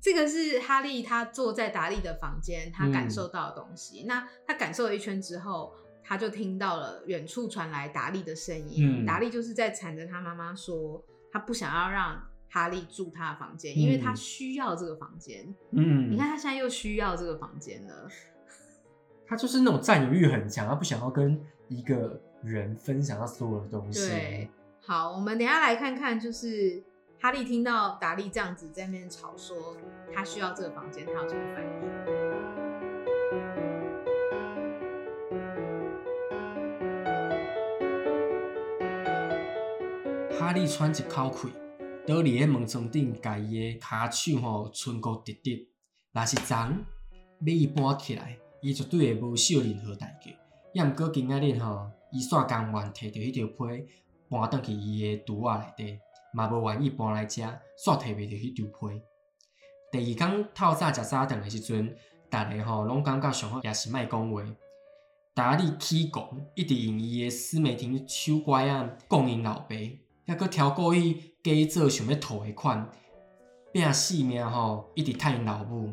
[SPEAKER 3] 这个是哈利他坐在达利的房间，他感
[SPEAKER 1] 嗯
[SPEAKER 3] 受到的东西。那他感受了一圈之后，他就听到了远处传来达利的声音。
[SPEAKER 1] 嗯
[SPEAKER 3] 达、利就是在缠着他妈妈说，他不想要让哈利住他的房间，因为他
[SPEAKER 1] 嗯
[SPEAKER 3] 需要这个房间。
[SPEAKER 1] 嗯，
[SPEAKER 3] 你看他现在又需要这个房间了。
[SPEAKER 1] 他就是那种占有欲很强，他不想要跟一个人分享他所有的东西，
[SPEAKER 3] 对，好，我们等一下来看看，就是哈利听到达利这样子在那边吵说他需要这个房间，他有什么反应？
[SPEAKER 1] 哈利喘一口气，倒伫咧门床顶，家己的骹手吼，伸高直直。若是昨昏要伊搬起来，伊绝对会无惜任何代价。也毋过今仔日吼，伊煞甘愿摕着迄条被搬倒去伊的橱仔内底，嘛无愿意搬来遮，煞摕袂着迄条被。第二天透早食早顿的时阵，逐个吼拢感觉上好，也是莫讲话。达利起讲，一直用伊的司美婷手拐啊讲因老爸，还佫超过伊加做想要吐的款，拼性命吼，一直趁因老母。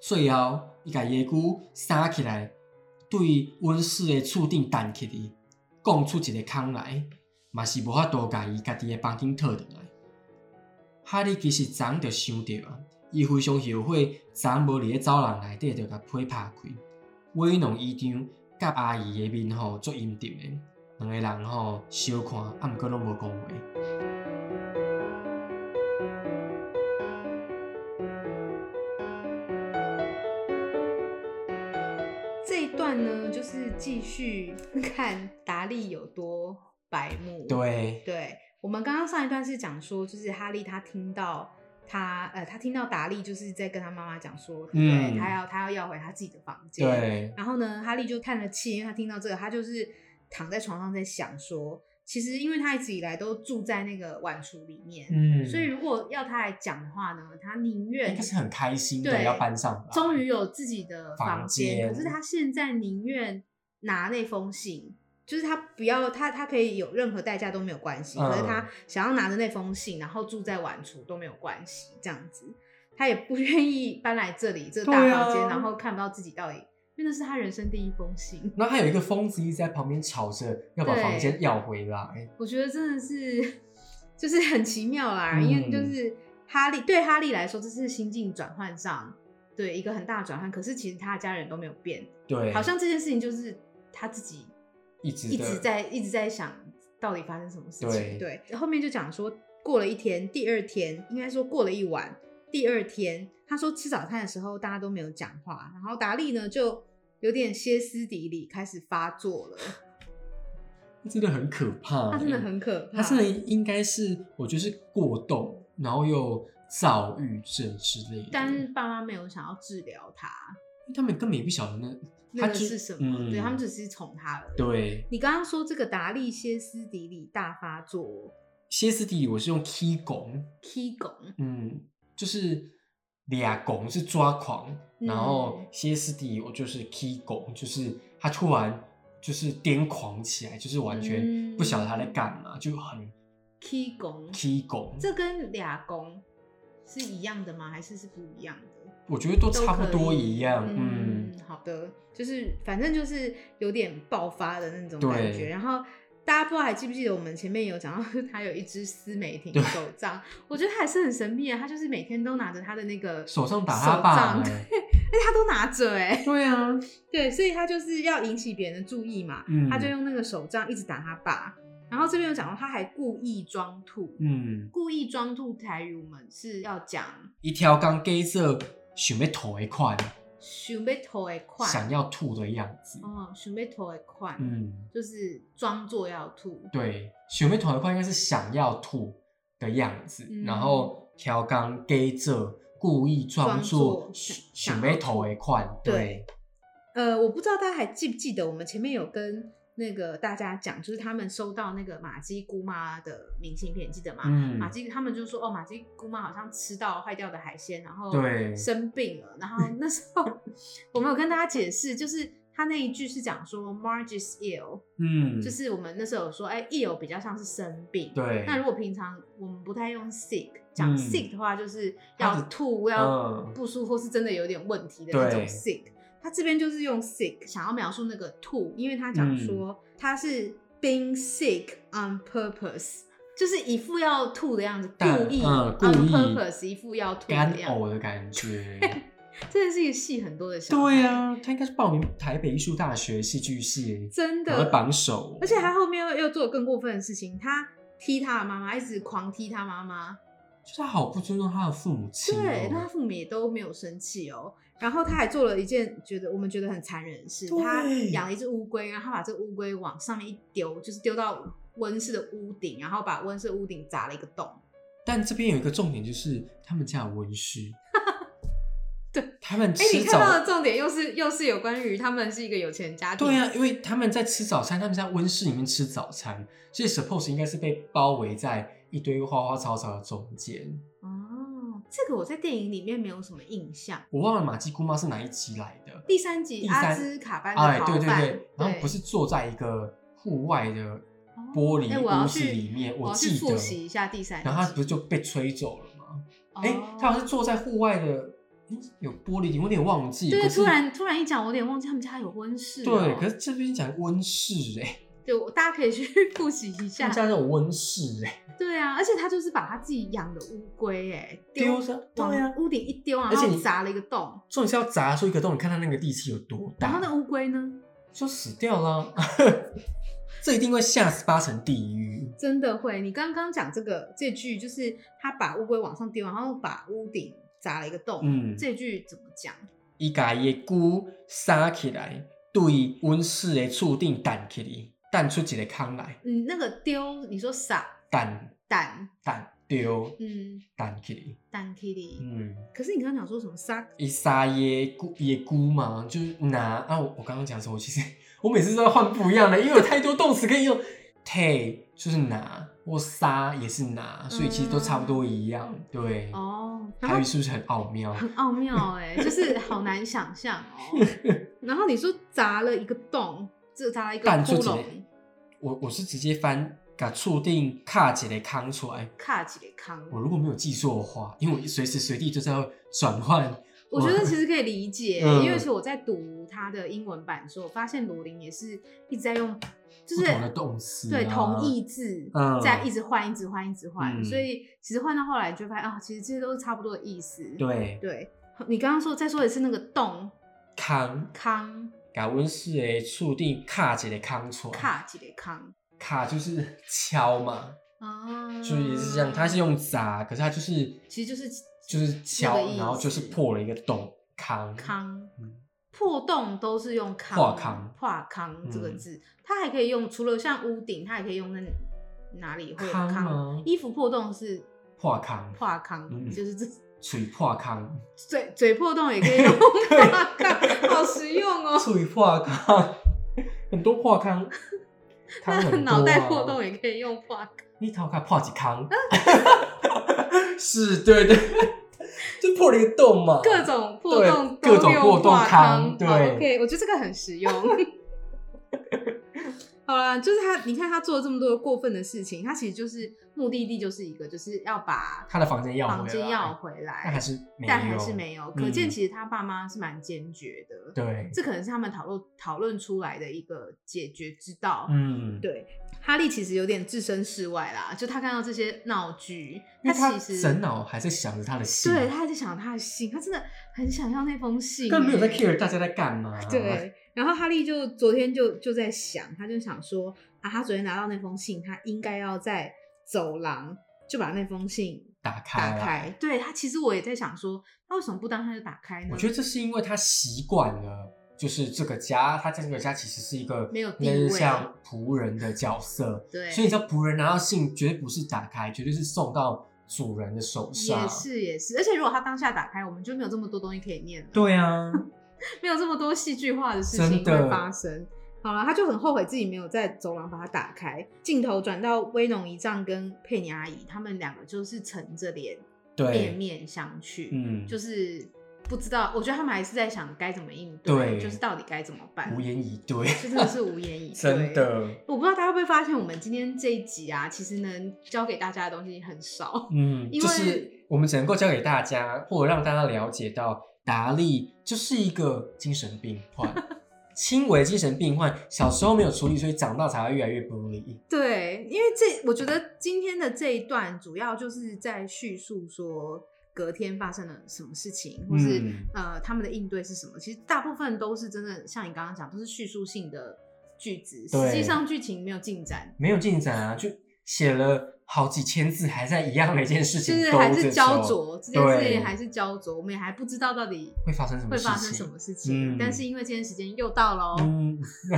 [SPEAKER 1] 最后，伊甲伊的骨撒起来，对温室的厝顶弹起去，讲出一个空来，嘛是无法度甲伊家己的房间退倒来。哈利其实昨昏就想着啊，伊非常后悔昨昏无伫咧走廊内底就甲批拍开。威农医长甲阿姨的面吼足阴沉的，两个人吼相看，啊，毋过拢无讲话。
[SPEAKER 3] 这一段呢，就是继续 看达利有多白目。
[SPEAKER 1] 对，
[SPEAKER 3] 对，我们刚刚上一段是讲说，就是哈利他听到。他呃，他听到达利就是在跟他妈妈讲说，对不对，
[SPEAKER 1] 嗯
[SPEAKER 3] 他要他要要回他自己的房间。
[SPEAKER 1] 对，
[SPEAKER 3] 然后呢，哈利就叹了气，因为他听到这个，他就是躺在床上在想说，其实因为他一直以来都住在那个晚厨里面，
[SPEAKER 1] 嗯，
[SPEAKER 3] 所以如果要他来讲的话呢，他宁
[SPEAKER 1] 应
[SPEAKER 3] 愿
[SPEAKER 1] 该是很开心的
[SPEAKER 3] 对
[SPEAKER 1] 要搬上来，
[SPEAKER 3] 终于有自己的房
[SPEAKER 1] 啊房间
[SPEAKER 3] 可是他现在宁愿拿那封信。就是他不要他，他可以有任何代价都没有关系，
[SPEAKER 1] 嗯
[SPEAKER 3] 可是他想要拿着那封信，然后住在晚厨都没有关系，这样子，他也不愿意搬来这里这个大
[SPEAKER 1] 对啊
[SPEAKER 3] 房间，然后看不到自己到底，因为那是他人生第一封信。
[SPEAKER 1] 那还有一个疯子一直在旁边吵着要把
[SPEAKER 3] 对
[SPEAKER 1] 房间要回来，
[SPEAKER 3] 我觉得真的是 就是很奇妙啦，
[SPEAKER 1] 嗯
[SPEAKER 3] 因为就是哈利对哈利来说，这是心境转换上对一个很大的转换。可是其实他的家人都没有变，
[SPEAKER 1] 对，
[SPEAKER 3] 好像这件事情就是他自己
[SPEAKER 1] 一直
[SPEAKER 3] 一
[SPEAKER 1] 的
[SPEAKER 3] 直在一直在想到底发生什么事情。对
[SPEAKER 1] 对，
[SPEAKER 3] 后面就讲说过了一天，第二天应该说过了一晚，第二天他说吃早餐的时候大家都没有讲话，然后达利呢就有点歇斯底里，开始发作了，
[SPEAKER 1] 真的很可怕，
[SPEAKER 3] 他真的很可
[SPEAKER 1] 嗯
[SPEAKER 3] 怕，
[SPEAKER 1] 他真的应该是我觉得是过动，然后又躁郁症之类的，
[SPEAKER 3] 但是
[SPEAKER 1] 因
[SPEAKER 3] 爸妈没有想要治疗他，
[SPEAKER 1] 为他们根本也不晓得那
[SPEAKER 3] 那
[SPEAKER 1] 他
[SPEAKER 3] 个
[SPEAKER 1] 就是
[SPEAKER 3] 什么？
[SPEAKER 1] 嗯
[SPEAKER 3] 对他们只是宠他而已。
[SPEAKER 1] 对。
[SPEAKER 3] 你刚刚说这个达利歇斯底里大发作
[SPEAKER 1] 歇斯底里，我是用 key 拱，
[SPEAKER 3] ，K 拱，
[SPEAKER 1] 嗯，就是俩拱是抓狂，
[SPEAKER 3] 嗯
[SPEAKER 1] 然后歇斯底里我就是 key 拱，就是他突然就是癫狂起来，就是完全不晓得他在干嘛，就很
[SPEAKER 3] K 拱，
[SPEAKER 1] key 拱。
[SPEAKER 3] 嗯这跟俩拱是一样的吗？还是是不一样的？
[SPEAKER 1] 我觉得都
[SPEAKER 3] 都
[SPEAKER 1] 差不
[SPEAKER 3] 可
[SPEAKER 1] 多
[SPEAKER 3] 以
[SPEAKER 1] 一样，
[SPEAKER 3] 嗯，好的，就是反正就是有点爆发的那种
[SPEAKER 1] 对
[SPEAKER 3] 感觉，然后。大家不知道还记不记得我们前面有讲到，他有一只司美婷
[SPEAKER 1] 对
[SPEAKER 3] 手杖，我觉得他还是很神秘啊。他就是每天都拿着他的那个
[SPEAKER 1] 手上打他爸、
[SPEAKER 3] 手杖
[SPEAKER 1] 欸，
[SPEAKER 3] 哎、他都拿着哎、
[SPEAKER 1] 对啊，
[SPEAKER 3] 对，所以他就是要引起别人的注意嘛，
[SPEAKER 1] 嗯
[SPEAKER 3] 他就用那个手杖一直打他爸，然后这边有讲到他还故意装吐，
[SPEAKER 1] 嗯，
[SPEAKER 3] 故意装吐台语我们是要讲
[SPEAKER 1] 一条刚 gay 色想要吐的款，
[SPEAKER 3] 想要吐的快，
[SPEAKER 1] 想要吐的样子，
[SPEAKER 3] 哦，想要吐的快，
[SPEAKER 1] 嗯，
[SPEAKER 3] 就是装作要吐，
[SPEAKER 1] 对，想要吐的款应该是想要吐，的样子，
[SPEAKER 3] 嗯
[SPEAKER 1] 然后调岗给者故意装作
[SPEAKER 3] 装作
[SPEAKER 1] 想
[SPEAKER 3] 想
[SPEAKER 1] 想要投的款，对
[SPEAKER 3] 对，呃，我不知道大家还记不记得，我们前面有跟那个大家讲，就是他们收到那个马姬姑妈的明信片，记得吗？
[SPEAKER 1] 嗯
[SPEAKER 3] 马，姬他们就说，哦，马姬姑妈好像吃到坏掉的海鲜，然后
[SPEAKER 1] 对
[SPEAKER 3] 生病了。然后那时候 我们有跟大家解释，就是他那一句是讲说 Marge is ill，、
[SPEAKER 1] 嗯，
[SPEAKER 3] 就是我们那时候有说，哎，ill 比较像是生病。
[SPEAKER 1] 对，
[SPEAKER 3] 那如果平常我们不太用 sick，讲
[SPEAKER 1] 嗯
[SPEAKER 3] sick 的话，就是
[SPEAKER 1] 它
[SPEAKER 3] 要
[SPEAKER 1] 只
[SPEAKER 3] 吐、要
[SPEAKER 1] 嗯
[SPEAKER 3] 不舒服，是真的有点问题的那种
[SPEAKER 1] 对
[SPEAKER 3] sick。他这边就是用 sick 想要描述那个吐，因为他
[SPEAKER 1] 嗯
[SPEAKER 3] 讲说他是 being sick on purpose，就是一副要吐的样子，故
[SPEAKER 1] 但
[SPEAKER 3] 意、
[SPEAKER 1] 嗯故
[SPEAKER 3] on
[SPEAKER 1] 意
[SPEAKER 3] purpose 一副要吐的
[SPEAKER 1] 干
[SPEAKER 3] 样子，
[SPEAKER 1] 呕的感觉，
[SPEAKER 3] 真的是一个戏很多的小孩
[SPEAKER 1] 对，啊，他应该是报名台北艺术大学戏剧系，
[SPEAKER 3] 真
[SPEAKER 1] 我会
[SPEAKER 3] 的
[SPEAKER 1] 榜首，
[SPEAKER 3] 而且他后面又又做了更过分的事情，他踢他的妈妈，一直狂踢他妈妈。
[SPEAKER 1] 就是他好不尊重他的父母亲、哦，
[SPEAKER 3] 对，那他父母也都没有生气哦。然后他还做了一件觉得我们觉得很残忍的事，
[SPEAKER 1] 对
[SPEAKER 3] 他养了一只乌龟，然后他把这个乌龟往上面一丢，就是丢到温室的屋顶，然后把温室的屋顶砸了一个洞。
[SPEAKER 1] 但这边有一个重点，就是他们家有温室。
[SPEAKER 3] 对，
[SPEAKER 1] 他们
[SPEAKER 3] 哎，
[SPEAKER 1] 吃
[SPEAKER 3] 你看到
[SPEAKER 1] 早
[SPEAKER 3] 的重点又是又是有关于他们是一个有钱家庭，
[SPEAKER 1] 对啊，因为他们在吃早餐，他们在温室里面吃早餐，所以 suppose 应该是被包围在一堆花花草草的中间。
[SPEAKER 3] 哦，这个我在电影里面没有什么印象。
[SPEAKER 1] 我忘了马吉姑妈是哪一集来的，
[SPEAKER 3] 第三集
[SPEAKER 1] 第三
[SPEAKER 3] 阿兹卡班
[SPEAKER 1] 哎，
[SPEAKER 3] 的
[SPEAKER 1] 对
[SPEAKER 3] 逃
[SPEAKER 1] 对
[SPEAKER 3] 犯，
[SPEAKER 1] 对，然后不是坐在一个户外的玻璃
[SPEAKER 3] 哎我要
[SPEAKER 1] 屋子
[SPEAKER 3] 去
[SPEAKER 1] 里面，
[SPEAKER 3] 我要去
[SPEAKER 1] 记得
[SPEAKER 3] 复习一下第三
[SPEAKER 1] 然后他
[SPEAKER 3] 集
[SPEAKER 1] 不是就被吹走了吗？
[SPEAKER 3] 哦
[SPEAKER 1] 哎、他好像是坐在户外的，诶有玻璃，我有点忘记。
[SPEAKER 3] 对，
[SPEAKER 1] 可是
[SPEAKER 3] 突然突然一讲，我有点忘记他们家有温室哦、
[SPEAKER 1] 对，可是这边讲温室哎、
[SPEAKER 3] 对，我大家可以去 复习一
[SPEAKER 1] 他
[SPEAKER 3] 下
[SPEAKER 1] 们。家有温室哎、
[SPEAKER 3] 对啊，而且他就是把他自己养的乌龟哎
[SPEAKER 1] 丢上对啊
[SPEAKER 3] 往屋顶一丢，然
[SPEAKER 1] 而且
[SPEAKER 3] 后
[SPEAKER 1] 你
[SPEAKER 3] 砸了一个洞。
[SPEAKER 1] 重点是要砸出一个洞，你看它那个力气有多
[SPEAKER 3] 然后
[SPEAKER 1] 大，
[SPEAKER 3] 那乌龟呢，
[SPEAKER 1] 就死掉了。 这一定会下十八层地狱。
[SPEAKER 3] 真的会。你刚刚讲这个这句，就是他把乌龟往上丢，然后把屋顶砸了一个洞。
[SPEAKER 1] 嗯，
[SPEAKER 3] 这句怎么讲？
[SPEAKER 1] 伊家伊骨杀起来，对温室的厝顶弹起来，弹出一个空来，
[SPEAKER 3] 嗯，那个丢，你说撒
[SPEAKER 1] 弹
[SPEAKER 3] 蛋，
[SPEAKER 1] 弹丢
[SPEAKER 3] 嗯，
[SPEAKER 1] 弹起来。
[SPEAKER 3] 蛋 kitty。
[SPEAKER 1] 嗯，
[SPEAKER 3] 可是你刚刚讲说什么撒？
[SPEAKER 1] 伊杀耶菇耶菇嘛，就是拿啊，我我刚刚讲什么？我其实我每次都要换不一样的，因为有太多动词可以用。take 就是拿，或杀也是拿，所以其实都差不多一样。对，
[SPEAKER 3] 哦，然后
[SPEAKER 1] 台语是不是很奥妙？
[SPEAKER 3] 很奥妙 哎、就是好难想象哦。然后你说砸了一个洞，这砸了一个
[SPEAKER 1] 但
[SPEAKER 3] 窟
[SPEAKER 1] 就只
[SPEAKER 3] 窿，
[SPEAKER 1] 我我是直接翻，把注定卡起来扛出来。
[SPEAKER 3] 卡几个坑。
[SPEAKER 1] 我如果没有记错的话，因为我随时随地就是要转换。
[SPEAKER 3] 我觉得其实可以理解，
[SPEAKER 1] 嗯
[SPEAKER 3] 因为其实我在读他的英文版的时候，我发现罗琳也是一直在用，就是
[SPEAKER 1] 不同的动词啊
[SPEAKER 3] 对同义字
[SPEAKER 1] 嗯
[SPEAKER 3] 在一直换，一直换，一直换，
[SPEAKER 1] 嗯
[SPEAKER 3] 所以其实换到后来你就发现啊，其实这些都是差不多的意思。
[SPEAKER 1] 对，
[SPEAKER 3] 对，你刚刚说再说一次那个洞
[SPEAKER 1] 扛，
[SPEAKER 3] 康
[SPEAKER 1] 甲温室的注定卡起来扛出来。
[SPEAKER 3] 卡几个康
[SPEAKER 1] 卡就是敲嘛，
[SPEAKER 3] 啊，
[SPEAKER 1] 所以是这样，它是用砸，可是它就是
[SPEAKER 3] 其实就是
[SPEAKER 1] 就是
[SPEAKER 3] 那
[SPEAKER 1] 敲
[SPEAKER 3] 个意，思
[SPEAKER 1] 然后就是破了一个洞，康
[SPEAKER 3] 康
[SPEAKER 1] 嗯
[SPEAKER 3] 破洞都是用康
[SPEAKER 1] 破康
[SPEAKER 3] 破康这个
[SPEAKER 1] 嗯
[SPEAKER 3] 字，它还可以用除了像屋顶，它还可以用那哪里会有
[SPEAKER 1] 康
[SPEAKER 3] 康？
[SPEAKER 1] 吗？
[SPEAKER 3] 衣服破洞是
[SPEAKER 1] 破康，
[SPEAKER 3] 破康，
[SPEAKER 1] 嗯
[SPEAKER 3] 就是这
[SPEAKER 1] 嘴破康，
[SPEAKER 3] 嘴嘴破洞也可以用破康，好实用哦。
[SPEAKER 1] 嘴破康，很多破 康，
[SPEAKER 3] 那
[SPEAKER 1] 康很多啊
[SPEAKER 3] 脑袋破洞，也可以用破康，
[SPEAKER 1] 你头壳破几康？ 是对对，就破了一个洞嘛，
[SPEAKER 3] 嗯各种破洞
[SPEAKER 1] 对各
[SPEAKER 3] 都
[SPEAKER 1] 种
[SPEAKER 3] 用
[SPEAKER 1] 破洞
[SPEAKER 3] 化
[SPEAKER 1] 康对
[SPEAKER 3] 好，OK，我觉得这个很实用。 好啦，就是他，你看他做了这么多过分的事情，他其实就是目的地就是一个，就是要把
[SPEAKER 1] 他的房间要回来
[SPEAKER 3] 房间要回来，
[SPEAKER 1] 但还是没有，
[SPEAKER 3] 但还是没有，可见
[SPEAKER 1] 嗯
[SPEAKER 3] 其实他爸妈是蛮坚决的。
[SPEAKER 1] 对，
[SPEAKER 3] 这可能是他们讨论讨论出来的一个解决之道。
[SPEAKER 1] 嗯，
[SPEAKER 3] 对，哈利其实有点置身事外啦，就他看到这些闹剧，
[SPEAKER 1] 因为他啊
[SPEAKER 3] 其实
[SPEAKER 1] 整脑还在想着他的戏，
[SPEAKER 3] 对，他还在想他的信，他真的很想要那封信，
[SPEAKER 1] 根本没有在
[SPEAKER 3] 欸
[SPEAKER 1] care 啊大家在干嘛。
[SPEAKER 3] 对，然后哈利就昨天就就在想，他就想说啊，他昨天拿到那封信，他应该要在走廊就把那封信
[SPEAKER 1] 打开
[SPEAKER 3] 打
[SPEAKER 1] 来。
[SPEAKER 3] 开。嗯对他，其实我也在想说，他为什么不当下就打开呢？
[SPEAKER 1] 我觉得这是因为他习惯了，就是这个家，他在这个家其实是一个
[SPEAKER 3] 没有地
[SPEAKER 1] 类似
[SPEAKER 3] 位啊
[SPEAKER 1] 像仆人的角色，
[SPEAKER 3] 对，
[SPEAKER 1] 所以这仆人拿到信绝对不是打开，绝对是送到主人的手上。
[SPEAKER 3] 也是也是，而且如果他当下打开，我们就没有这么多东西可以念了，
[SPEAKER 1] 对 啊，
[SPEAKER 3] 没有这么多戏剧化的事情
[SPEAKER 1] 真的
[SPEAKER 3] 会发生。好了，他就很后悔自己没有在走廊把它打开。镜头转到威农姨丈跟佩妮阿姨，他们两个就是沉着脸，面
[SPEAKER 1] 对，
[SPEAKER 3] 面相觑，
[SPEAKER 1] 嗯，
[SPEAKER 3] 就是不知道。我觉得他们还是在想该怎么应
[SPEAKER 1] 对
[SPEAKER 3] 就是到底该怎么办
[SPEAKER 1] 无。言以对，
[SPEAKER 3] 这真的是无言以对。
[SPEAKER 1] 真，的，
[SPEAKER 3] 我不知道大家会不会发现，我们今天这一集啊，其实能教给大家的东西很少。
[SPEAKER 1] 嗯，
[SPEAKER 3] 因
[SPEAKER 1] 就
[SPEAKER 3] 为
[SPEAKER 1] 是我们只能够教给大家，或者让大家了解到，达利就是一个精神病 患，轻微精神病患，小时候没有处理，所以长大才会越来越玻璃。
[SPEAKER 3] 对，因为这我觉得今天的这一段主要就是在叙述说隔天发生了什么事情，或是、
[SPEAKER 1] 嗯
[SPEAKER 3] 呃他们的应对是什么。其实大部分都是真的像你刚刚讲，都是叙述性的句子，
[SPEAKER 1] 对
[SPEAKER 3] 实际上剧情没有进展，
[SPEAKER 1] 没有进展啊，就写了好几千字，还在一样的一件事
[SPEAKER 3] 就
[SPEAKER 1] 情，
[SPEAKER 3] 是
[SPEAKER 1] 兜
[SPEAKER 3] 还
[SPEAKER 1] 着
[SPEAKER 3] 是
[SPEAKER 1] 走
[SPEAKER 3] 焦灼，这件事
[SPEAKER 1] 对
[SPEAKER 3] 情还是焦灼，我们也还不知道到底
[SPEAKER 1] 会发生什么
[SPEAKER 3] 会
[SPEAKER 1] 事情？
[SPEAKER 3] 发生什么事情。
[SPEAKER 1] 嗯
[SPEAKER 3] 但是因为今天时间又到了哦。
[SPEAKER 1] 嗯，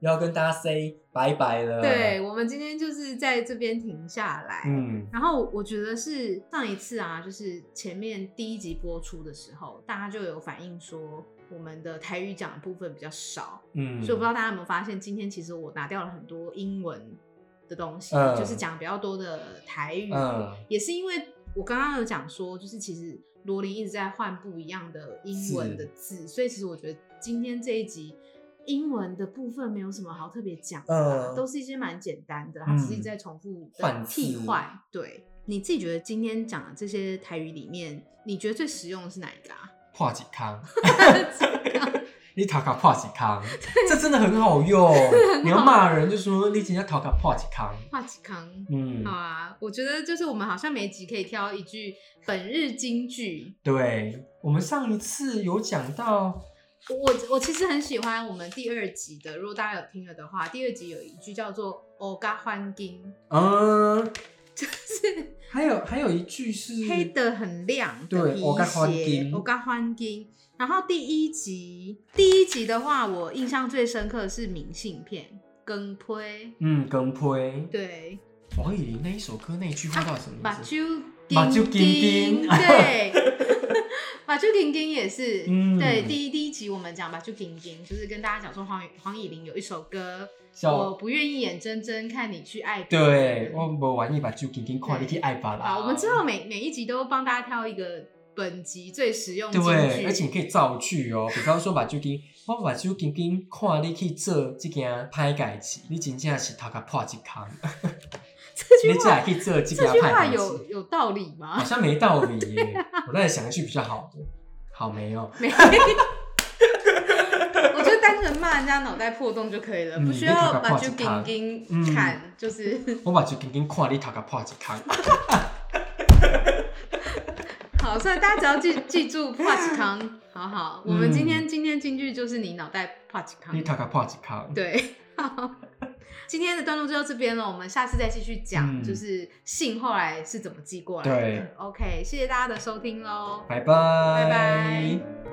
[SPEAKER 1] 要跟大家 say 拜拜了。
[SPEAKER 3] 对，，我们今天就是在这边停下来，
[SPEAKER 1] 嗯，
[SPEAKER 3] 然后我觉得是上一次啊，就是前面第一集播出的时候，大家就有反映说我们的台语讲的部分比较少，
[SPEAKER 1] 嗯，
[SPEAKER 3] 所以我不知道大家有没有发现，今天其实我拿掉了很多英文的东西，
[SPEAKER 1] 嗯
[SPEAKER 3] 就是讲比较多的台语，
[SPEAKER 1] 嗯，
[SPEAKER 3] 也是因为我刚刚有讲说，就是其实罗琳一直在换不一样的英文的字，所以其实我觉得今天这一集。英文的部分没有什么好特别讲的啦、
[SPEAKER 1] 嗯
[SPEAKER 3] 都是一些蛮简单的，它只是一直
[SPEAKER 1] 嗯
[SPEAKER 3] 在重复的
[SPEAKER 1] 换
[SPEAKER 3] 替
[SPEAKER 1] 字
[SPEAKER 3] 换。对，你自己觉得今天讲的这些台语里面，你觉得最实用的是哪一个啊？
[SPEAKER 1] 破几康，你塔卡破几康，这真的很好用。你要骂人就说你今天塔卡破几康，
[SPEAKER 3] 华启康。
[SPEAKER 1] 嗯
[SPEAKER 3] 好，啊，我觉得就是我们好像每集可以挑一句本日金句。
[SPEAKER 1] 对，我们上一次有讲到，
[SPEAKER 3] 我我我其实很喜欢我们第二集的，如果大家有听了的话，第二集有一句叫做“哦嘎欢金
[SPEAKER 1] 嗯，”，
[SPEAKER 3] 就是
[SPEAKER 1] 还有还有一句是
[SPEAKER 3] 黑的很亮的
[SPEAKER 1] 嗯对
[SPEAKER 3] 皮
[SPEAKER 1] 黑甲番
[SPEAKER 3] 鞋
[SPEAKER 1] 金，
[SPEAKER 3] 哦嘎欢金。然后第一集，第一集的话，我印象最深刻的是明信片跟胚，
[SPEAKER 1] 嗯，跟呸，
[SPEAKER 3] 对，
[SPEAKER 1] 王以林那一首歌那一句话到底什么
[SPEAKER 3] 把
[SPEAKER 1] 意思？
[SPEAKER 3] 酒
[SPEAKER 1] 把酒
[SPEAKER 3] 金
[SPEAKER 1] 金金
[SPEAKER 3] 对， 把酒金金也是，
[SPEAKER 1] 嗯
[SPEAKER 3] 对，第一第一集我们讲把酒金金，就是跟大家讲说黄以黄以玲有一首歌，
[SPEAKER 1] 叫
[SPEAKER 3] 我不愿意眼睁睁看你去爱别
[SPEAKER 1] 对
[SPEAKER 3] 人，
[SPEAKER 1] 我不玩意把酒给给看，你去爱吧啦。
[SPEAKER 3] 好，我们之后每每一集都帮大家挑一个本集最实用金
[SPEAKER 1] 对，
[SPEAKER 3] 句，
[SPEAKER 1] 而且你可以造句哦，比方说把酒精，我把酒精精看你去做这件歹代志，你真正是头壳破一空，
[SPEAKER 3] 这
[SPEAKER 1] 你
[SPEAKER 3] 句
[SPEAKER 1] 才
[SPEAKER 3] 话
[SPEAKER 1] 可以做这件
[SPEAKER 3] 这句
[SPEAKER 1] 歹
[SPEAKER 3] 话
[SPEAKER 1] 代
[SPEAKER 3] 有
[SPEAKER 1] 志，
[SPEAKER 3] 有道理
[SPEAKER 1] 好
[SPEAKER 3] 吗？
[SPEAKER 1] 像没道理耶。我再想一句比较好的，好没有？
[SPEAKER 3] 没。我觉得单纯骂人家脑袋破洞就可以了，
[SPEAKER 1] 嗯
[SPEAKER 3] 不需
[SPEAKER 1] 你头
[SPEAKER 3] 要
[SPEAKER 1] 壳
[SPEAKER 3] 把
[SPEAKER 1] 破
[SPEAKER 3] 酒
[SPEAKER 1] 一空
[SPEAKER 3] 金金
[SPEAKER 1] 嗯
[SPEAKER 3] 看，就是
[SPEAKER 1] 我把酒精精看你头壳破一空，
[SPEAKER 3] 好，所以大家只要记记住帕奇康，好好。我们今天、今天京剧就是你脑袋帕奇康
[SPEAKER 1] 嗯你，头壳破一空。
[SPEAKER 3] 对。好今天的段落就到这边了，我们下次再继续讲，
[SPEAKER 1] 嗯
[SPEAKER 3] 就是信后来是怎么寄过来的
[SPEAKER 1] 对。
[SPEAKER 3] OK，谢谢大家的收听喽。
[SPEAKER 1] 拜拜，
[SPEAKER 3] 拜拜。